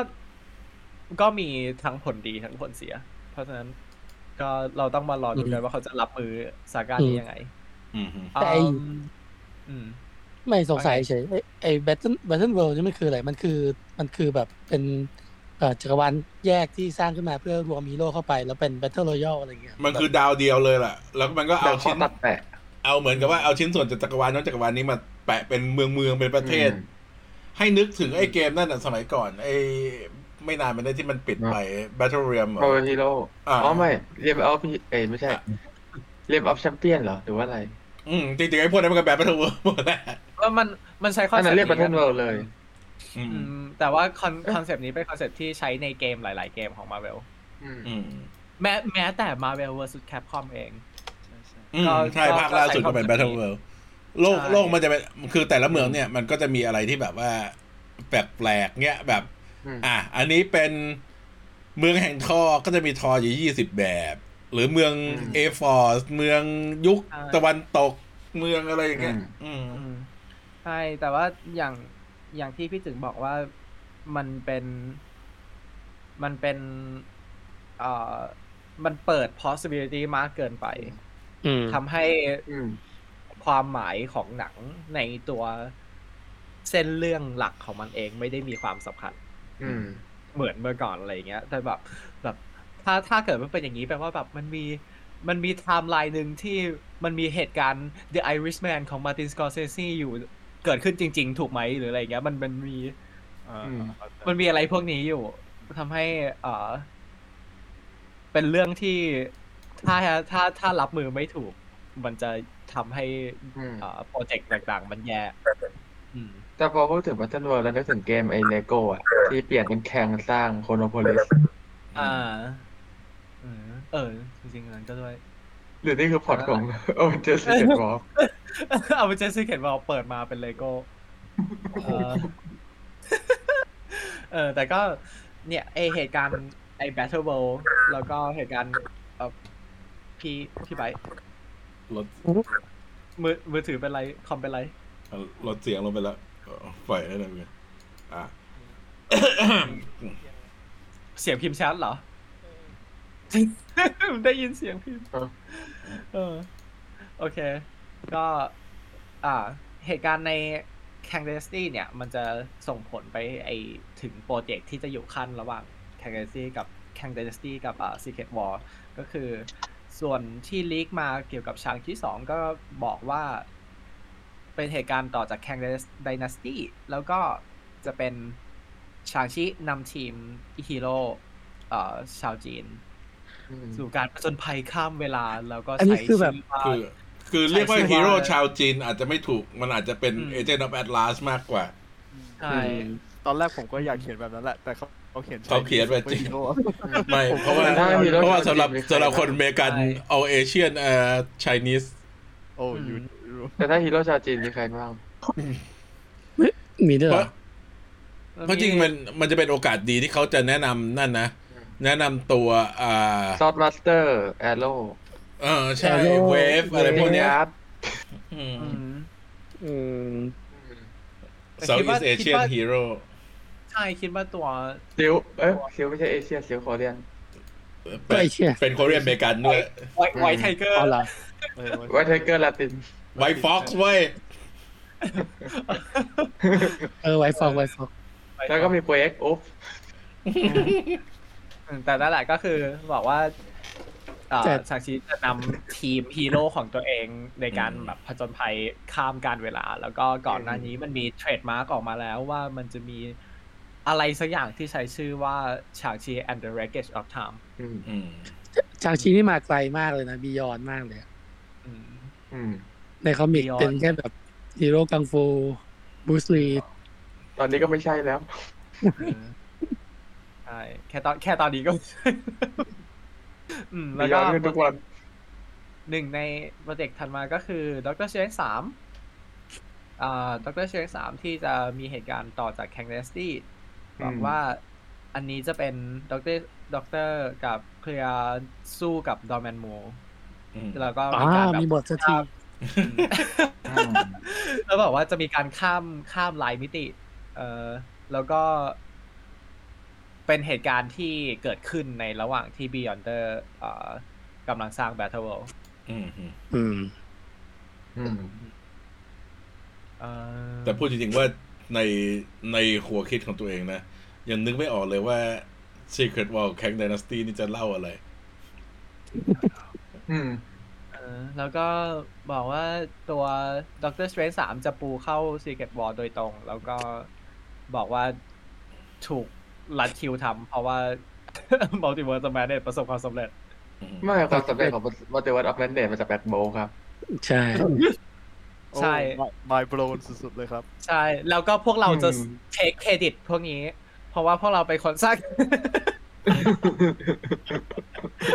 Speaker 2: ก็มีทั้งผลดีทั้งผลเสีย เพราะฉะนั้น ก็เราต้องมารอดูกันว่าเขาจะรับมือสถานการณ์นี้ยังไง
Speaker 1: อืมฮึ
Speaker 4: แต่ไอ้
Speaker 2: อืมอืม
Speaker 4: ไม่สงสัยเฉยไอ้ไอ้แบทเทิลแบทเทิลเวิลด์นี่มันคืออะไร มันคือมันคือแบบเป็นเอ่อจักรวาลแยกที่สร้างขึ้นมาเพื่อรวมฮีโร่เข้าไป แล้วเป็นแบทเทิลรอยัลอะไรอย่างเงี้ย
Speaker 1: มันคือดาวเดียวเลยแหละแล้วมันก็
Speaker 3: แล้
Speaker 1: เอา
Speaker 3: วเขา
Speaker 1: ชิ้น
Speaker 3: ตัดแปะ
Speaker 1: เอาเหมือนกับว่าเอาชิ้นส่วนจากจักรวาลนั้นจักรวาลนี้มาแปะเป็นเมืองเมืองเป็นประเทศ
Speaker 3: อืม
Speaker 1: ให้นึกถึงไอ้เกมนั่นน่ะสมัยก่อนไอ้ไม่นานมานี้ที่มันปิดไป Battle Realm เหร
Speaker 3: โปร
Speaker 1: อ
Speaker 3: ฮีโร่
Speaker 1: อ่า
Speaker 3: อ๋อไม่เรียบออฟเอ้ยไม่ใช่เรียบออฟแชมเปี้ยนเหรอ หรือว่าอะไร
Speaker 1: อืมจริงๆไอ้พวกนั้นมันก็แบบ Battle World หมดแหละ
Speaker 2: ว่ามันมันใช้คอน
Speaker 3: อัน
Speaker 2: เซ
Speaker 3: นั้น
Speaker 2: ปต์
Speaker 3: เรียก Battle World เลย
Speaker 1: อื
Speaker 2: อื
Speaker 1: ม
Speaker 2: มแต่ว่าคอนคอนเซปต์นี้เป็นคอนเซปต์ที่ใช้ในเกมหลาย ๆ เกมของมาเวล
Speaker 3: อืม
Speaker 1: อืม
Speaker 2: แม้แม้แต่มาเวลเวอร์ซัสแคปคอมเอง
Speaker 5: ใช่ใช่
Speaker 1: อืม
Speaker 2: ก็
Speaker 1: ใช่ภาคล่าสุดก็เป็น Battle World โลก
Speaker 2: ใช่
Speaker 1: โลกมันจะเป็นคือแต่ละเมืองเนี่ยมันก็จะมีอะไรที่แบบว่าแปลกๆเงี้ยแบบ
Speaker 3: อืม
Speaker 1: อ่ะ อันนี้เป็นเมืองแห่งทอก็จะมีทออยู่ยี่สิบแบบ หรือเมืองเอฟอร์เมืองยุคตะวันตกเมืองอะไรอย่างเงี้ยอืม
Speaker 2: อืมใช่แต่ว่าอย่างอย่างที่พี่ถึงบอกว่ามันเป็นมันเป็นเอ่อมันเปิด possibility มากเกินไป
Speaker 4: อืม
Speaker 2: ทำให้
Speaker 3: อืม
Speaker 2: ความหมายของหนังในตัวเส้นเรื่องหลักของมันเองไม่ได้มีความสำคัญ
Speaker 3: อืม
Speaker 2: เหมือนเมื่อก่อนอะไรอย่างเงี้ย แต่แบบแบบถ้าถ้าเกิดมันเป็นอย่างนี้แปลว่าแบบมันมีมันมีไทม์ไลน์หนึ่งที่มันมีเหตุการณ์ The Irishman ของ Martin Scorsese อยู่เกิดขึ้นจริง ๆ ถูกไหมหรืออะไรอย่างเงี้ยมันมันมี
Speaker 5: อ่า
Speaker 3: อืม
Speaker 5: เข้าใจ
Speaker 2: มันมีอะไรพวกนี้อยู่ทำให้เออเป็นเรื่องที่ถ้าถ้าถ้ารับมือไม่ถูก มันจะทำให้
Speaker 3: อืม
Speaker 2: โปรเจกต์ต่างๆ มันแย่อืม
Speaker 3: แต่พอพูดถึง Battle World แล้วนึกถึงเกมไอ้เลโก้อะที่เปลี่ยนเป็นแข่งสร้างโคโนโพลิส
Speaker 2: อ่าอืมเออ จริงๆ นั้นก็ด้วย
Speaker 3: หรือนี่คือพล็อตของโอเจสเกตบอล
Speaker 2: เอาไปเจสซี่เข็นบอลเปิดมาเป็นเลโก้เออ เออ แต่ก็เนี่ยไอเหตุการณ์ไอแบทเทิลโบแล้วก็เหตุการณ์เอ่อพี่พี่ไบร์ท
Speaker 1: ลด
Speaker 2: มือมือถือเป็นไร คอมเป็นไร
Speaker 1: ลดเสียงลงไปแล้วเออปล่อยได้เลยเพื่อนอ่ะ
Speaker 2: เสียงพิมพ์แชทเหรอ ได้ยินเสียงพิมพ์ เออ โอเค ก็ อ่า เหตุการณ์ใน c a n d a c y เนี่ย มันจะส่งผลไปไอถึงโปรเจกต์ที่จะอยู่ขั้นระหว่าง c a n d a c y กับ c a n d a c y กับอ่า Secret War ก็คือส่วนที่ลีกมาเกี่ยวกับฉากที่สองก็บอกว่า เป็นเหตุการณ์ต่อจาก c a n d a Dynasty แล้วก็จะเป็นชางชินำทีมฮีโร่เอ่อชาวจีน สู่การผจญภัยข้ามเวลาแล้วก็
Speaker 4: อันนี้
Speaker 2: ใช้
Speaker 4: คือแบบ
Speaker 2: ชื่อว่า
Speaker 1: คือ คือเรียกว่า
Speaker 2: ใช่
Speaker 1: ฮีโร่
Speaker 2: ใช่
Speaker 1: ชาวจีนอาจจะไม่ถูกมันอาจจะเป็น
Speaker 2: อืม
Speaker 1: เอเจนต์ f อ t แอ s ลาสมากกว่า
Speaker 2: ใช่
Speaker 5: ตอนแรกผมก็อยากเขียนแบบนั้นแหละ แต่เขาเขาเขียน
Speaker 1: เขาเขียนแบบจริง
Speaker 5: โ
Speaker 1: ไม่เพราะว่า
Speaker 3: ถ้าฮีโร่
Speaker 1: เพราะว่า
Speaker 3: ช
Speaker 1: สำหรับ
Speaker 3: จีน
Speaker 1: สำหรับคนอเมริกันเอาเอเชียนเอ่อไชนีส
Speaker 5: อ้ยูรู้
Speaker 3: แต่ถ้าฮีโร่ชาวจีนมีใครบ้าง
Speaker 4: มีด้วย
Speaker 1: เพ
Speaker 4: เหร
Speaker 1: ราะ
Speaker 4: อ
Speaker 1: เพราะจริงมันมันจะเป็นโอกาสดีที่เขาจะแนะนำนั่นนะ
Speaker 3: อืม
Speaker 1: แนะนำตัวอ่า
Speaker 3: ซอ r มาสเตอร์แอโร่
Speaker 1: เออใช่
Speaker 4: Arrow
Speaker 1: เวฟอะไรพวกเนี้ย
Speaker 3: ครับ
Speaker 1: อืม
Speaker 2: อืม
Speaker 4: อืม
Speaker 1: South
Speaker 2: คิดว่า
Speaker 1: East
Speaker 2: คิด
Speaker 1: Asian
Speaker 2: ว่า
Speaker 1: Hero
Speaker 2: ใช่คิดว่าตัว
Speaker 3: ซิลเอ้ยซิลไม่ใช่เอเชียซิลโคเรียน
Speaker 1: เป็น
Speaker 4: Asia
Speaker 1: เป็นโคเรียนอเมริกันด้วย
Speaker 2: ไวไวไทเกอร์
Speaker 4: เอาล่ะ
Speaker 3: ไวท์ไทเกอร์ลาติน
Speaker 1: ไวฟ็อกซ์เว้ย
Speaker 4: เออไวฟอกไวฟอก
Speaker 3: แล้วก็มีเควกอุ๊บ
Speaker 2: แต่นั่นแหละก็คือบอกว่าเอ่อ
Speaker 4: แต่
Speaker 2: ชางชีจะนำทีมฮีโร่ของตัวเองในการ
Speaker 1: อืม
Speaker 2: แบบผจญภัยข้ามการเวลา แล้วก็ก่อนหน้านี้มันมีเทรดมาร์กออกมาแล้วว่ามันจะมีอะไรสักอย่างที่ใช้ชื่อว่าชางชี and the wreckage of time
Speaker 3: อืม
Speaker 1: อืม
Speaker 4: จางชีนี่มาไกลมากเลยนะบียอนมากเลยอะ
Speaker 2: อืม
Speaker 3: อืม
Speaker 4: ในคอมิก
Speaker 2: Beyond
Speaker 4: เป็นแค่แบบฮีโร่กังฟูบูสลี
Speaker 3: ตอนนี้ก็ไม่ใช่แล้ว
Speaker 2: ใช่แค่ตอนแค่ตอนนี้ก็ อืม
Speaker 3: มี
Speaker 2: แล้ว
Speaker 3: ย
Speaker 2: ก็
Speaker 3: อดขึ้นทุกวัน
Speaker 2: หนึ่งในโปรเจกต์ถัดมาก็คือดรเชงสามอ่าดรเชงสามที่จะมีเหตุการณ์ต่อจากแค n เดสตี้
Speaker 3: อืม
Speaker 2: บอกว่าอันนี้จะเป็นดรดรกับเคลียร์สู้กับดอร์แมนมู
Speaker 1: อืม
Speaker 2: แล้วก็
Speaker 4: อ่
Speaker 2: มีการ
Speaker 4: า
Speaker 2: แบบ
Speaker 4: มีบทสักที
Speaker 2: แล้วบอกว่าจะมีการข้ามข้ามหลายมิติ เออแล้วก็ เป็นเหตุการณ์ที่เกิดขึ้นในระหว่างที่ Beyonder เอ่อ กำลังสร้าง Battle World
Speaker 1: อืมอืม
Speaker 4: อืม
Speaker 3: อืม
Speaker 2: เอ่อ
Speaker 1: แต่พูดจริงๆว่าในในหัวคิดของตัวเองนะ ยังนึกไม่ออกเลยว่า Secret War แ a ง Dynasty นี่จะเล่าอะไร
Speaker 3: อืม
Speaker 2: เออแล้วก็บอกว่าตัว Doctor Strange 3 จะปูเข้า Secret War โดยตรง แล้วก็บอกว่าถูกรัดคิวทำเพราะว่า Multiverse of Madness ประสบความสำเร็จ
Speaker 1: อืม
Speaker 3: ไม่ความสำเร็จของมัลติเวิร์สออฟแมนเดตมาจากแบทโบครับ
Speaker 4: ใช่
Speaker 2: ใช่
Speaker 5: บายโบรนสุดๆเลยครับ
Speaker 2: ใช่ แล้วก็พวกเราจะ
Speaker 3: อืม
Speaker 2: เทคเครดิตพวกนี้ เพราะว่าพวกเราเป็นคนสร้าง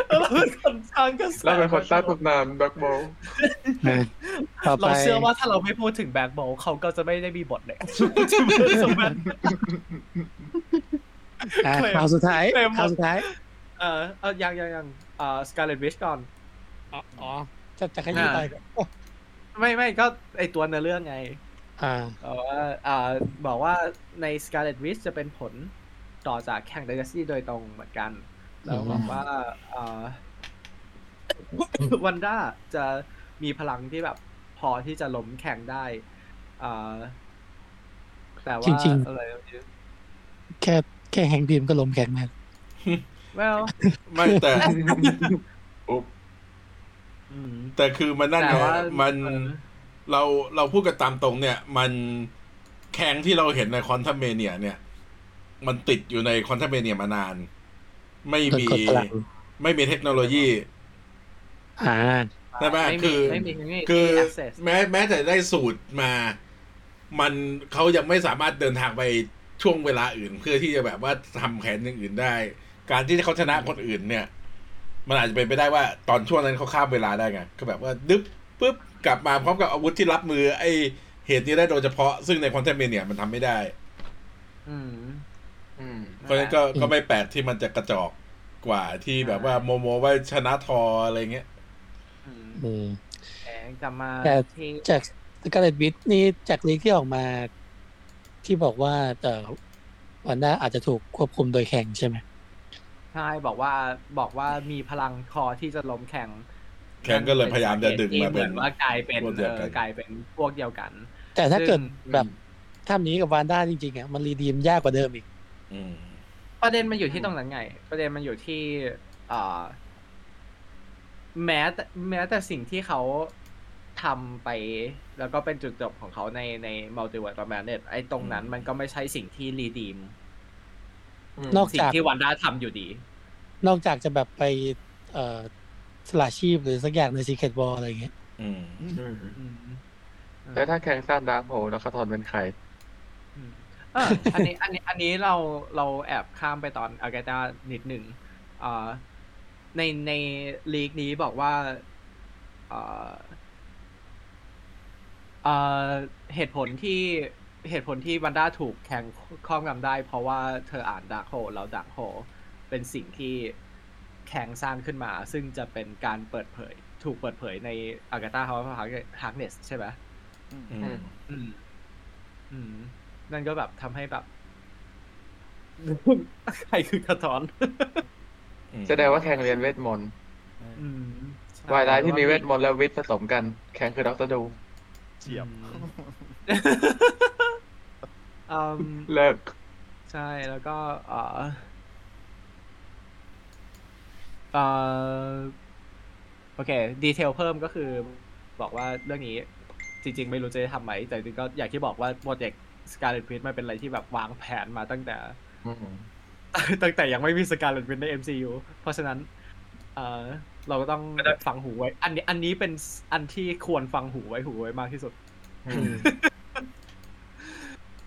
Speaker 2: เราเป็นคนสร้างก็
Speaker 3: แล้วเป็นคนสร้างตำนานแบทโบ
Speaker 4: ต่อไป
Speaker 2: เราเชื่อว่าถ้าเราไม่พูดถึงแบ็กโบเขาก็จะไม่ได้มีบท เลย สมมติ
Speaker 4: อ่ะ
Speaker 2: เคลม
Speaker 4: ข่าวสุดท้าย
Speaker 2: เคลมหมด
Speaker 4: ข่าวสุดท้าย
Speaker 2: เออเออยังยังยังเออสกาเลตวิชก่อน
Speaker 4: อ๋อ จะจะขยี้ไปก่อนโอ้
Speaker 2: ไม่ไม่ก็ไอตัวเนื้อเรื่องไง
Speaker 4: อ่า
Speaker 2: เออว่าอ่าบอกว่าใน Scarlet Witch จะเป็นผลต่อจากแข่ง Legacy โดยตรงเหมือนกัน แล้วบอกว่าเอ่ อวันด้าจะมีพลังที่แบบพอที่จะล้มแข่งได้เอ่อแต่ว่า
Speaker 4: จริงๆ
Speaker 2: อะไรวะ
Speaker 4: แค่แค่แฮงบีมก็ลมแข็งแน่
Speaker 2: แวว
Speaker 1: ไม่แต่
Speaker 2: อืม
Speaker 1: แต่คือมันนั่นไง
Speaker 2: แต่ว่า
Speaker 1: มัน
Speaker 2: เออ
Speaker 1: เราเราพูดกันตามตรงเนี่ย มันแข็งที่เราเห็นในคอนเทมเมเนียเนี่ย มันติดอยู่ในคอนเทมเมเนียมานาน ไม่
Speaker 4: โดน
Speaker 1: มี
Speaker 4: กดพลัง
Speaker 1: ไม่มีเทคโนโลยี
Speaker 4: อ่า
Speaker 1: ได้ไหม
Speaker 2: ไม่
Speaker 1: คื
Speaker 2: มี
Speaker 1: อ
Speaker 2: ไม่มีไม่มี
Speaker 1: คือ
Speaker 2: access
Speaker 1: แม้แม้แต่ได้สูตรมา มันเขายังไม่สามารถเดินทางไปช่วงเวลาอื่น เพื่อที่จะแบบว่าทำแผนอย่างอื่นได้ การที่เขาชนะคนอื่นเนี่ย มันอาจจะเป็นไปได้ว่าตอนช่วงนั้นเขาข้ามเวลาได้ไงก็แบบว่าดึ๊บปึ๊บกลับมาพร้อมกับอาวุธที่รับมือ ไอเหตุนี้ได้โดยเฉพาะซึ่งในคอนเทนเมเนียมันทำไม่ได้
Speaker 2: อืม
Speaker 3: อืม
Speaker 1: เพราะฉะนั้นก็ก็ไม่แปลกที่มันจะกระจอกกว่าที่แบบว่าโมโมว่าชนะทออะไรเงี้ย
Speaker 2: อืม
Speaker 4: อืม
Speaker 2: แหมกลับมา
Speaker 4: แต่
Speaker 2: ที่
Speaker 4: จากสกาเลตบิทนี่จากลีกที่ออกมา ที่บอกว่าแต่อวันด้าอาจจะถูกควบคุมโดยแข่งใช่ไหม
Speaker 2: ใช่บอกว่าบอกว่ามีพลังคอที่จะล้มแข่ง
Speaker 1: แข่งก็เลยพยายามจะดึงมา
Speaker 2: เห
Speaker 1: เป็น
Speaker 2: มือนว่ากลายเป็น
Speaker 1: พวกเดี
Speaker 2: เอ
Speaker 1: ยวกัน
Speaker 2: อกลายเป็นพวกเดียวกัน
Speaker 4: แต่ถ้า
Speaker 2: ซึ่ง
Speaker 4: เกิดแบบท่ามนี้กับวานด้าจริงๆอ่ะมันรีดีมยากกว่าเดิมอีก
Speaker 1: อืม
Speaker 2: ประเด็นมันอยู่ที่ตรงนั้นไง ประเด็นมันอยู่ที่อ่าแม้แต่แม้แต่สิ่งที่เขาทำไป แล้วก็เป็นจุดจบของเขาในในมัลติเวิร์สแมนเนตไอ้ตรงนั้นมันก็ไม่ใช่สิ่งที่รีดีม
Speaker 4: นอก
Speaker 2: สิ่ง
Speaker 4: จาก
Speaker 2: ที่วันด้าทำอยู่ดี
Speaker 4: นอกจากจะแบบไป เอ่อสละชีพหรือสักอย่างในซีเคทบอลอะไรอย่างเงี้ย
Speaker 1: อืม
Speaker 3: อืม
Speaker 2: อืม
Speaker 3: แล้วถ้าแข่งสร้างดาร์กโฮแล้วคาทอนเป็นใคร
Speaker 2: อืมเอออันนี้อันนี้อันนี้เราเราแอบข้ามไปตอนอากาตานิดหนึ่งเอ่อในในลีกนี้บอกว่าเอ่อเอ่อเหตุผลที่เหตุผลที่วันด้าถูกแข่งครอบงำได้ เพราะว่าเธออ่านดาร์คโฮแล้วดาร์คโฮเป็นสิ่งที่แข่งสร้างขึ้นมา ซึ่งจะเป็นการเปิดเผย ถูกเปิดเผยในอากาตาฮาวฮาร์เนสใช่ไหม
Speaker 1: อืม
Speaker 2: อืม อืม นั่นก็แบบทำให้แบบ ใครคือคาทอน
Speaker 3: แสดงว่าแข่งเรียนเวทมนต์
Speaker 2: อืมใช่
Speaker 3: วายร้ายที่มีเวทมนต์และวิทย์ผสมกัน แข่งคือด็อกเตอร์ดู
Speaker 5: เจียบ
Speaker 2: อืม
Speaker 3: เลิก
Speaker 2: ใช่แล้วก็เอ่อเอ่อโอเค ดีเทลเพิ่มก็คือ บอกว่าเรื่องนี้ จริง ๆ ไม่รู้จะได้ทำไหม แต่จริงๆก็อย่างที่บอกว่าโปรเจกต์สกาเลตพิทมันเป็นอะไรที่แบบวางแผนมาตั้งแต่
Speaker 3: อืม
Speaker 2: ตั้งแต่ยังไม่มีสการ์เล็ตวินใน MCU เพราะฉะนั้น เออเราก็ต้องฟังหูไว้ อันนี้อันนี้เป็นอันที่ควรฟังหูไว้หูไว้มากที่สุด
Speaker 3: อืม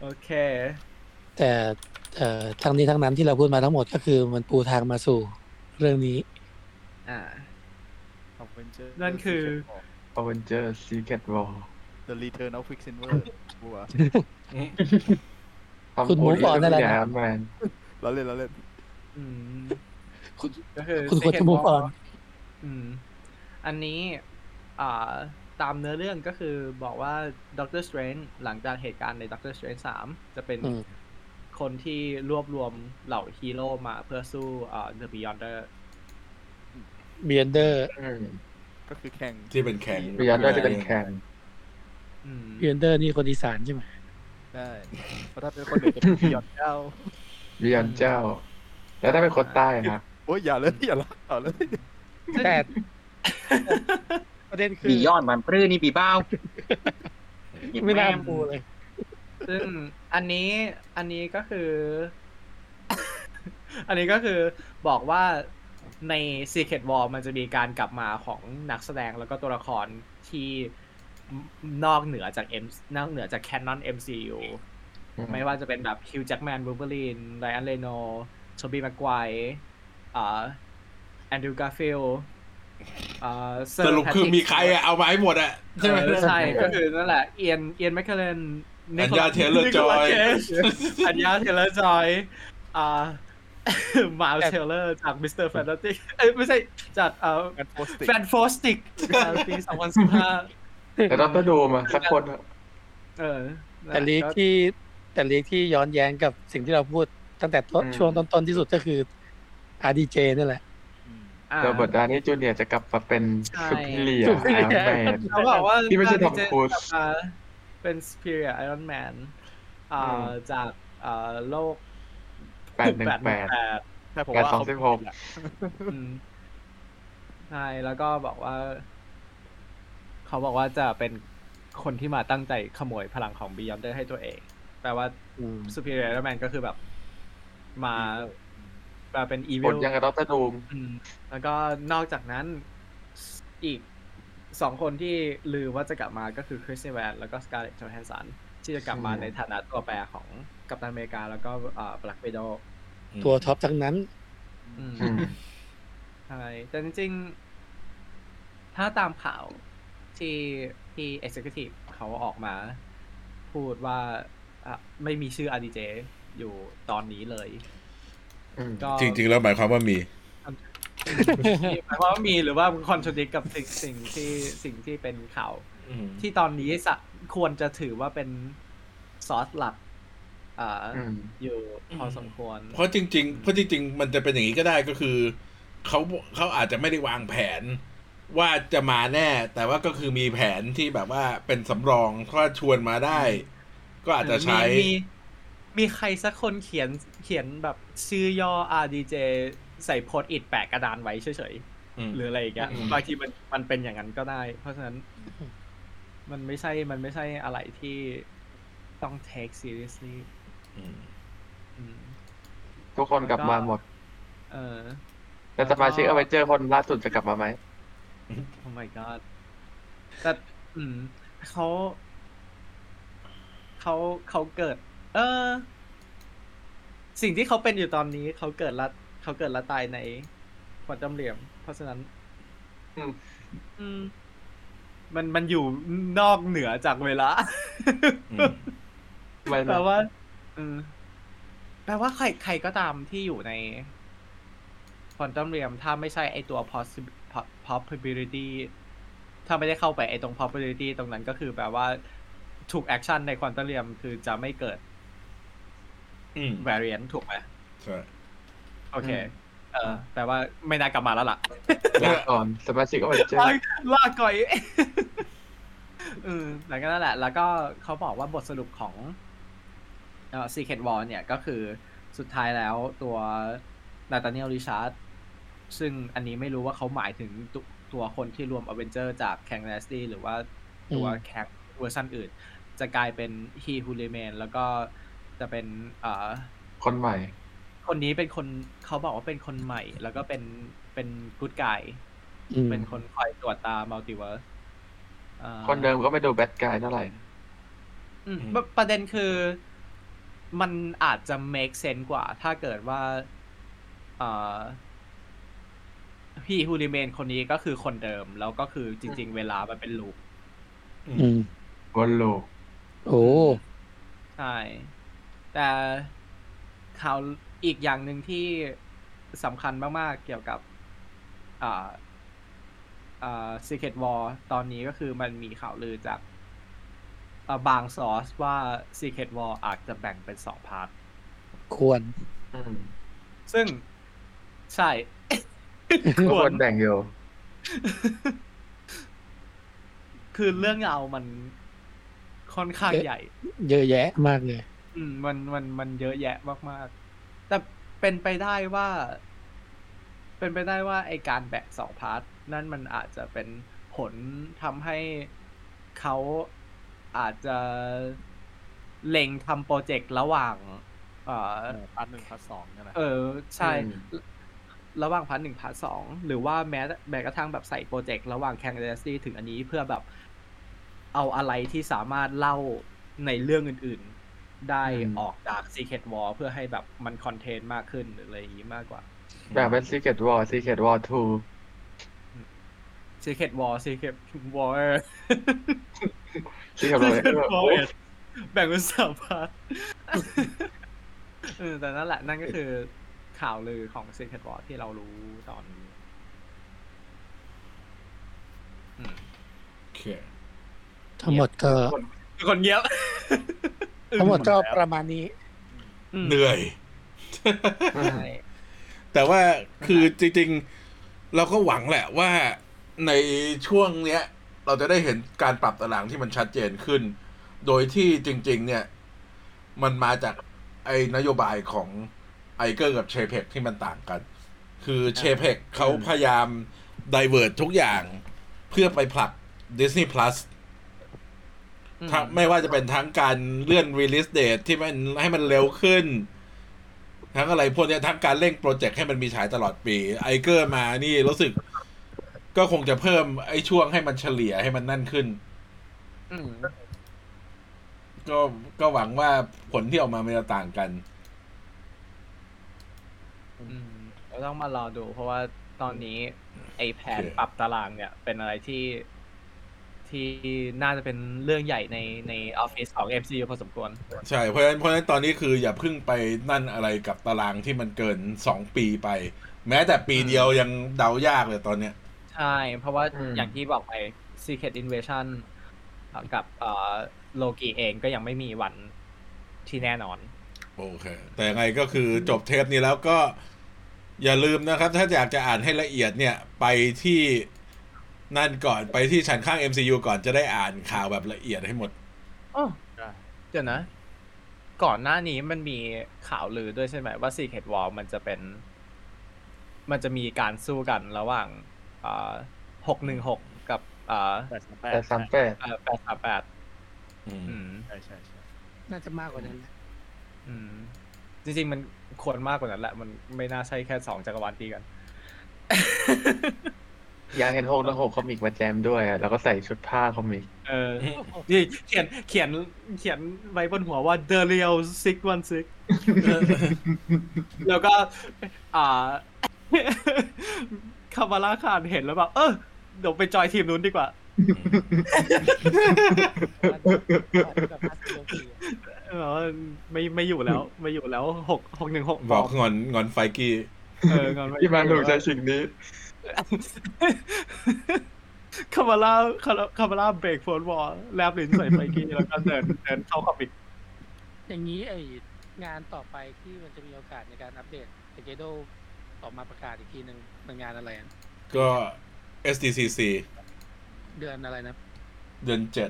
Speaker 2: โอเค
Speaker 4: แต่เอ่อทั้งนี้ทั้งนั้นที่เราพูดมาทั้งหมดก็คือมันปูทางมาสู่เรื่องนี้
Speaker 2: อ่า
Speaker 5: Avengers
Speaker 2: นั่นคือ
Speaker 5: Secret War
Speaker 3: Avenger Secret War
Speaker 5: The Return of Quicksilver บัว
Speaker 3: ทำ
Speaker 4: คุณหมู
Speaker 3: โย
Speaker 4: ก่อนนั่นแหละนะ
Speaker 3: ใญ่ Iron Man
Speaker 5: เราเล่นเราเล่น
Speaker 2: อืม
Speaker 4: คุณ
Speaker 2: ก็คือ
Speaker 4: คุณควรจะ
Speaker 2: Secret
Speaker 4: move
Speaker 2: War
Speaker 4: on
Speaker 2: อืม อันนี้ อ่า ตามเนื้อเรื่องก็คือบอกว่าด็อกเตอร์สเตรนหลังจากเหตุการณ์ในด็อกเตอร์สเตรนสามจะเป็น
Speaker 4: อืม
Speaker 2: คนที่รวบรวมเหล่าฮีโร่มาเพื่อสู้เอ่อ The Beyonder
Speaker 4: เบียนเดอร์
Speaker 3: อืม
Speaker 5: ก็คือแข่ง
Speaker 1: ที่เป็นแข็ง
Speaker 3: เบียนได้จะเป็นแข่ง
Speaker 2: อืม
Speaker 4: เบียนเดอร์นี่คนอีสานใช่ไหม
Speaker 5: ได้เพราะถ้าเป็นคนอื่นจะเป็นเบียนเจ้า
Speaker 3: เบียนเจ้า แล้วถ้าเป็นคนใต้ครับ
Speaker 5: โอ้ยอย่าเลยอย่าละเอาเลย
Speaker 4: แต่ ประเด็นคือ
Speaker 6: บียอนมันปลื้อนี่บีบ้าว
Speaker 4: ไม่น่าปูเลย
Speaker 2: ซึ่งอันนี้อันนี้ก็คือ อันนี้ก็คือบอกว่าใน Secret War มันจะมีการกลับมาของนักแสดงแล้วก็ตัวละครที่นอกเหนือจาก M นอกเหนือจาก Canon MCU
Speaker 3: อืม
Speaker 2: ไม่ว่าจะเป็นแบบฮิวจ็ c แมนบูเบอรีนไ y อันเ y โนโชบีแม็กไกวอ่าแอนดรูว์กาฟิลอ่า Sir
Speaker 1: สรุปคือ
Speaker 2: Patrick
Speaker 1: มีใครอะเอามาให้หมดอะใช่ไหม
Speaker 2: เออใช่ ก็คือนั่นแหละ เอียน เอียนแมคเคลน
Speaker 1: Anya Taylor-Joy
Speaker 2: อันยาเทเลอร์จอย อ่า มาลเทเลอร์จากมิสเตอร์แฟนติกเอ้ยไม่ใช่จากเอ่อ
Speaker 5: แอนโพสติก
Speaker 2: แฟนโฟสติกปี2015
Speaker 3: แต่ดรดูมาสักคนเถอะ
Speaker 2: เออนั่น
Speaker 4: แต่
Speaker 2: หะ
Speaker 4: ลีก
Speaker 2: ก็
Speaker 4: ที่แต่ลีกที่ย้อนแย้งกับสิ่งที่เราพูดตั้งแต่ต้นช่วงต้นๆที่สุดก็คือ RDJ นั่นแหละ
Speaker 5: อืม
Speaker 2: อ่า
Speaker 3: โรเบิร์ตดานี่จูเนียร์จะกลับมาเป็น
Speaker 2: ใช่
Speaker 3: สุพิเลียร์
Speaker 4: Superior
Speaker 3: ไอรอนแมน
Speaker 2: เขาบอกว่า
Speaker 3: ที่ไม่ใช่
Speaker 2: การ
Speaker 3: Tom
Speaker 2: เจน
Speaker 3: Cruise
Speaker 2: กลับมาเป็น superior Iron Man อ่า
Speaker 3: อืม
Speaker 2: จากอ่าโลก
Speaker 3: แปดหนึ่งแปด
Speaker 2: ด
Speaker 5: ใช่ผมว่า
Speaker 3: แปดสองสิบหก
Speaker 2: อืมใช่แล้วก็บอกว่า เขาบอกว่าจะเป็นคนที่มาตั้งใจขโมยพลังของบียอนเดอร์ให้ตัวเอง แปลว่าซูเปอร์ r ร m แมนก็คือแบบ มามาเป็นอี
Speaker 3: ค
Speaker 2: วิ
Speaker 3: น
Speaker 2: ล
Speaker 3: ยังกับดรดูม
Speaker 2: แล้วก็นอกจากนั้นอีกสองคนที่ลือว่าจะกลับมาก็คือคริสติแวนแล้วก็สกาเลต t จอห์น s ันที่จะกลับมาในฐานะตัวแปรของกัปตันอเมริกา แล้วก็บลักเบโด
Speaker 4: ตัวท็อปทั้งนั้น
Speaker 2: อืม
Speaker 3: อืม
Speaker 2: ใช่แต่จริงๆ ถ้าตามข่าวที่ที่ Executive เขาออกมา พูดว่าอ่ะไม่มีชื่อ RDJ อยู่ตอนนี้เลย
Speaker 3: อืม
Speaker 2: ก็
Speaker 1: จริง ๆ แล้วหมายความว่ามี
Speaker 2: หมายความว่ามีหรือว่าคอนทรดิกกับสิ่งสิ่งที่สิ่งที่เป็นข่าว ที่ตอนนี้สะควรจะถือว่าเป็นซอสหลักอ่า
Speaker 3: อืม
Speaker 2: อยู่พอสมควร
Speaker 1: เพราะจริง ๆ เพราะจริง ๆ มันจะเป็นอย่างนี้ก็ได้ก็คือเขาเขาอาจจะไม่ได้วางแผน ว่าจะมาแน่ แต่ว่าก็คือมีแผนที่แบบว่าเป็นสำรองถ้าชวนมาได้ ก็อาจจะใช้
Speaker 2: มีมีมีใครสักคนเขียนเขียนแบบชื่อย่อ RDJ ใส่โพสต์อิดแปะกระดานไว้เฉยๆ หรืออะไรอย่างเงี้ย
Speaker 1: อืม
Speaker 2: บางทีมันมันเป็นอย่างนั้นก็ได้ เพราะฉะนั้น มันไม่ใช่มันไม่ใช่อะไรที่ต้อง take seriously
Speaker 1: ม
Speaker 2: อืม
Speaker 3: ทุกคนกลับมาหมด
Speaker 2: เออ
Speaker 3: แต่สมาชิกอเวนเจอร์คนล่าสุดจะกลับมาไหม
Speaker 2: oh my god แต่อืมเขาเขาเขาเกิด เออ สิ่งที่เขาเป็นอยู่ตอนนี้เขาเกิดละเขาเกิดละตายในควอนตัมเหลี่ยม เพราะฉะนั้น
Speaker 3: อืม
Speaker 2: อืม มันมันอยู่นอกเหนือจากเวลา
Speaker 1: อืม
Speaker 3: ไม่
Speaker 2: แป
Speaker 3: ไม่
Speaker 2: ลว่าเออแปลว่าใครใครก็ตามที่อยู่ในควอนตัมเรียม ถ้าไม่ใช่ไอตัว possib- po- probability ถ้าไม่ได้เข้าไปไอตรง probability ตรงนั้นก็คือแปลว่าถูกแอคชั่นในควอนตัมเรียม คือจะไม่เกิด
Speaker 1: อืม
Speaker 2: variant ถูกไหม
Speaker 1: ใช่
Speaker 2: โอเค เออแปลว่าไม่น่ากลับมาแล้วล่ะ
Speaker 3: ลาก่อนสมาชิกอเวนเจอร์
Speaker 2: ลากลากก่อย เออแล้วก็นั่นแหละ แล้วก็เขาบอกว่าบทสรุปของเอ่อ Secret War เนี่ยก็คือสุดท้ายแล้วตัวนาตาเนียลริชาร์ดซึ่งอันนี้ไม่รู้ว่าเขาหมายถึงตวตัวคนที่รวมอเวนเจอร์จากแคง n นสตี้หรือว่าตัว
Speaker 4: อืม
Speaker 2: แคงเวอร์ชันอื่น จะกลายเป็น He Who Remain แล้วก็จะเป็นเอ่อ
Speaker 3: คนใหม่
Speaker 2: คนนี้เป็นคนเขาบอกว่าเป็นคนใหม่ แล้วก็เป็นเป็นกู๊ดไก
Speaker 4: อืม
Speaker 2: เป็นคนคอยตรวจตามัลติเวิร์ส
Speaker 3: คนเดิมก็ไม่ดูแบดกายเท่าไหร่
Speaker 2: ประเด็นคือ มันอาจจะ make sense กว่า ถ้าเกิดว่าเอ่อพี่ฮูริเมนคนนี้ก็คือคนเดิม แล้วก็คือจริง ๆ เวลามันเป็นลูก
Speaker 4: อืม
Speaker 3: วนลูก
Speaker 4: โอ้
Speaker 2: ใช่ แต่ข่าวอีกอย่างหนึ่งที่สำคัญมาก ๆ เกี่ยวกับอ่าอ่า Secret War ตอนนี้ก็คือมันมีข่าวลือจาก เอ่อบางซอร์สว่า Secret War อาจจะแบ่งเป็นสองพาร์ท
Speaker 4: ควร
Speaker 3: อืม
Speaker 2: ซึ่งใช่
Speaker 3: ก็ควรแบ่งอยู่
Speaker 2: คือเรื่องราวมันค่อนข้าง
Speaker 4: เอ๊ะ
Speaker 2: ใหญ่
Speaker 4: เยอะแยะมากเลย
Speaker 2: อืมมันมันมันเยอะแยะมากๆ แต่เป็นไปได้ว่า เป็นไปได้ว่าไอการแบ่งสองพาร์ทนั่นมันอาจจะเป็นผลทำให้เขาอาจจะเล็งทำโปรเจกต์ระหว่าง เอ่อ
Speaker 5: พาร์ทหนึ่งพาร์ทสองเนี่ยนะ
Speaker 2: เออใช่ ระหว่างพาร์ทหนึ่งพาร์ทสองหรือว่าแม้แม้กระทั่งแบบใส่โปรเจกต์ระหว่างแค n เดสตี้ถึงอันนี้เพื่อแบบเอาอะไรที่สามารถเล่าในเรื่องอื่นๆ ได้ออกจาก Secret War เพื่อให้แบบมันคอนเทนต์มากขึ้นหรืออะไรอย่างนี้มากกว่า
Speaker 3: แบ่งเป็น Secret War Secret War 2
Speaker 2: Secret War Secret War
Speaker 3: Secret War
Speaker 2: แบ่งเป็นสามพาร์ท เออแต่นั่นแหละนั่นก็คือข่าวลือของ Secret War ที่เรารู้ตอนนี้
Speaker 1: โอเค
Speaker 4: ทั้งหมดก็
Speaker 2: คนเงียบ
Speaker 4: ทั้งหมดก็ประมาณนี้
Speaker 1: เหนื่อย
Speaker 3: อืม
Speaker 2: ใช่
Speaker 1: แต่ว่าคือจริงๆ เราก็หวังแหละว่าในช่วงเนี้ย เราจะได้เห็นการปรับตารางที่มันชัดเจนขึ้น โดยที่จริง ๆ เนี่ย มันมาจากไอ้นโยบายของไอเกอร์กับเชเพกที่มันต่างกัน คือเชเพกเขาพยายามด i เวอร์ทุกอย่าง เพื่อไปผลัก Disney Plus ทั้งไม่ว่าจะเป็นทั้งการเลื่อน release date ที่มันให้มันเร็วขึ้น ทั้งอะไรพวกเนี้ยทั้งการเร่งโปรเจกต์ให้มันมีฉายตลอดปี ไอเกอร์มานี่รู้สึก ก็คงจะเพิ่มไอช่วงให้มันเฉลี่ยให้มันนั่นขึ้น ก็ก็หวังว่าผลที่ออกมามันจะต่างกัน
Speaker 2: อืมก็ต้องมารอดู เพราะว่าตอนนี้ ไอแผน
Speaker 1: โอเค
Speaker 2: ปรับตารางเนี่ย เป็นอะไรที่ที่น่าจะเป็นเรื่องใหญ่ในในออฟฟิศของ MCU พอสมควร
Speaker 1: ใช่เพราะฉะนั้นเพราะฉะนั้นตอนนี้คืออย่าเพึ่งไปนั่นอะไรกับตารางที่มันเกินสองปีไป แม้แต่ปีเดียวยังเดายากเลยตอนเนี้ย
Speaker 2: ใช่ เพราะว่า
Speaker 3: อืม
Speaker 2: อย่างที่บอกไป Secret Invasion กับโลกีเองก็ยังไม่มีวันที่แน่นอน
Speaker 1: โอเค แต่ยังไงก็คือจบเทปนี้แล้วก็อย่าลืมนะครับ ถ้าอยากจะอ่านให้ละเอียดเนี่ย ไปที่นั่นก่อนไปที่ชั้นข้าง MCU ก่อนจะได้อ่านข่าวแบบละเอียดให้หมด
Speaker 2: อ้อเดี๋ยวนะ ก่อนหน้านี้มันมีข่าวลือด้วยใช่ไหมว่า Secret War มันจะเป็น มันจะมีการสู้กันระหว่างหกหนึ่งหกกับ
Speaker 5: แต่สามแปด
Speaker 3: แต่สามแปด
Speaker 2: แปดสามแปด
Speaker 1: อืม
Speaker 5: ใช่ใช่ใช่
Speaker 4: น่าจะมากกว่านั้นนะ
Speaker 2: จริง ๆ มันควรมากกว่านั้นแหละ มันไม่น่าใช่แค่สองจักรวาลตีกัน
Speaker 3: อยากเห็นหกแล้วหกคอมิกมาแจมด้วยอะแล้วก็ใส่ชุดผ้าคอมิก
Speaker 2: เออนี่เขียนเขียนเขียนไว้บนหัวว่า The Real 616 แล้วก็ อ่า คามาราคานเห็นแล้วแบบ เออเดี๋ยวไปจอยทีมนู้นดีกว่าเออไม่ไม่อยู่แล้ว ไม่อยู่แล้วหกหกหนึ่งหก
Speaker 1: บอกงอนงอนไฟกี้
Speaker 2: เอองอนไว้
Speaker 3: ที่มาถูกใจสิ่งนี้
Speaker 2: คามาราคาราคามาราเบรกโฟนวอลแลบลิ้นใส่ไฟกี้แล้วก็เดินเดินเข้าคอมิก
Speaker 4: อย่างนี้ไองานต่อไปที่มันจะมีโอกาสในการอัปเดตสเกโดออกมาประกาศอีกทีหนึ่งเป็นงานอะไรอะ
Speaker 1: ก็ SDCC
Speaker 4: เดือนอะไรนะ
Speaker 1: เดือนเจ็ด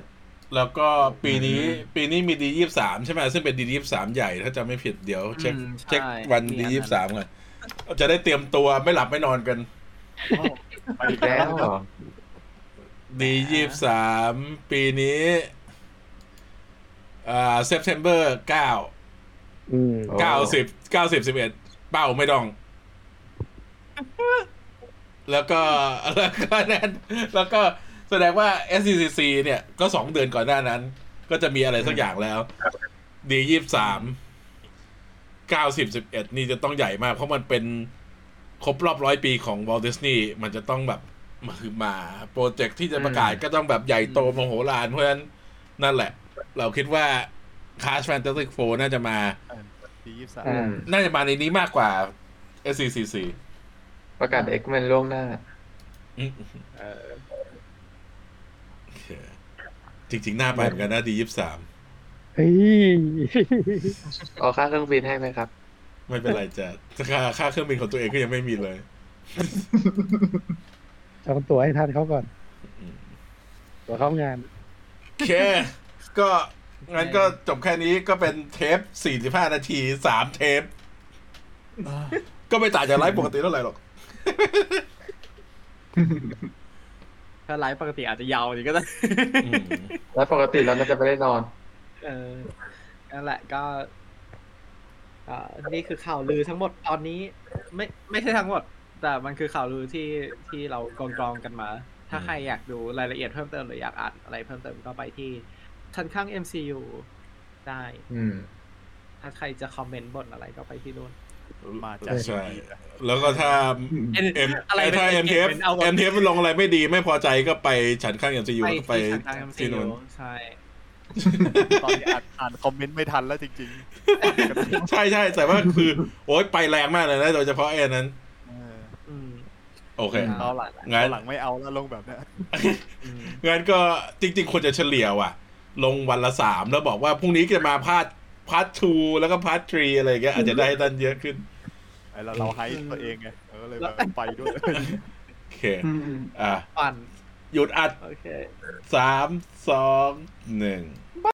Speaker 1: แล้วก็ปีนี้ปีนี้มีดียี่สามใช่ไหมซึ่งเป็นดียี่สามใหญ่ถ้าจะไม่ผิดเดี๋ยวเช็คเช็ควันดียี่สามก่อนจะได้เตรียมตัวไม่หลับไม่นอนกัน
Speaker 5: ไปอีก
Speaker 3: แล้
Speaker 5: แล้ว ว
Speaker 3: เหรอ
Speaker 1: ดียี่สามปีนี้อ่าเซปเทมเบอร์เก้า
Speaker 4: อืม
Speaker 1: เก้าสิบเก้าสิบสิบเอ็ดเป้าไม่ต้อง แล้วก็ แล้วก็นั้นแล้วก็แสดงว่า s c c c เนี่ยก็สองเดือนก่อนหน้านั้น ก็จะมีอะไรสักอย่างแล้วดียี่สามเก้าสิบสิบเอ็ดนี่จะต้องใหญ่มาก เพราะมันเป็นครบรอบร้อยปีของวอลดิสนีย์มันจะต้องแบบมาคือมาโปรเจกต์ที่จะประกาศก็ต้องแบบใหญ่โตมโหฬารเพราะฉะนั้นนั่นแหละ เราคิดว่าคาสแฟนตาติกโฟน่าจะมา
Speaker 5: ปียี่สิบสาม
Speaker 3: อืม
Speaker 1: น่าจะมาในนี้มากกว่า SCCC
Speaker 3: ประกาศ X-Men ล่วงหน้า
Speaker 1: อืมโอเคจริงๆ หน้าไปเหมือนกันนะดียี่สาม
Speaker 4: เฮ้ย
Speaker 3: เอาค่าเครื่องบินให้ไหมครับ
Speaker 1: ไม่เป็นไรจ้ะค่าค่าเครื่องบินของตัวเองก็ยังไม่มีเลย
Speaker 4: จองตั๋วให้ทันเขาก่อน ตั๋วเข้างาน
Speaker 1: โอเค ก็งั้นก็จบแค่นี้ก็เป็นเทป 45 นาทีสามเทป ก็ไม่ต่างจากไลฟ์ปกติเท่าไหร่หรอก
Speaker 2: ถ้าไลฟ์ปกติอาจจะยาวนี่ก็ได้
Speaker 3: แล้วปกติเราน่าจะไม่ได้นอน
Speaker 2: เออนั่นแหละก็อ่านี่คือข่าวลือทั้งหมดตอนนี้ ไม่ไม่ใช่ทั้งหมด แต่มันคือข่าวลือที่ที่เรากรองกรองๆกันมา ถ้า
Speaker 1: อืม
Speaker 2: ใครอยากดูรายละเอียดเพิ่มเติมหรืออยากอ่านอะไรเพิ่มเติมก็ไปที่ทันข้าง MCU ได้
Speaker 3: อืม
Speaker 2: ถ้าใครจะคอมเมนต์บนอะไรก็ไปที่นู่น
Speaker 5: มาจาก
Speaker 1: ใช่
Speaker 5: ดีนะ
Speaker 1: แล้วก็ถ้า
Speaker 2: เอ็น
Speaker 1: เอ็ม
Speaker 2: อะไรเป็น
Speaker 1: ถ้าเอ็มเทป
Speaker 2: เอ็นเอาหมด
Speaker 1: เอ็มเทปมันลงอะไรไม่ดีไม่พอใจก็ไปฉันข้างเอ็มซียู
Speaker 2: ไป
Speaker 1: ไป
Speaker 2: ที่ทันข้าง
Speaker 1: ที่
Speaker 2: MCU
Speaker 1: นู่น
Speaker 2: ใช่
Speaker 5: ตอนนี้อ่านอ่านคอมเมนต์ไม่ทันแล้วจริง
Speaker 1: ใช่ใช่แต่ว่าคือ โอ๊ยไปแรงมากเลยนะ โดยเฉพาะไอ้อันนั้น
Speaker 5: ๆเออ
Speaker 2: อืม
Speaker 1: โอเค
Speaker 2: เท่าไหร่
Speaker 1: งั้น
Speaker 5: หลังไม่เอาแล้วลงแบบเนี้ย
Speaker 2: อืม
Speaker 1: งั้นก็จริง ๆควรจะเฉลี่ยว่ะ ลงวันละสามแล้วบอกว่าพรุ่งนี้จะมาพาดพาร์ททูแล้วก็พาร์ททรีอะไรอย่างเงี้ยอาจจะได้ดันเยอะขึ้น
Speaker 5: ไอเราเราไฮป์ตัวเองไงเราก็เลยแบบไปด้วย
Speaker 1: โอเค อ่ะ
Speaker 2: ปั่น
Speaker 1: หยุดอัด
Speaker 2: โอเค
Speaker 1: สามสองหนึ่ง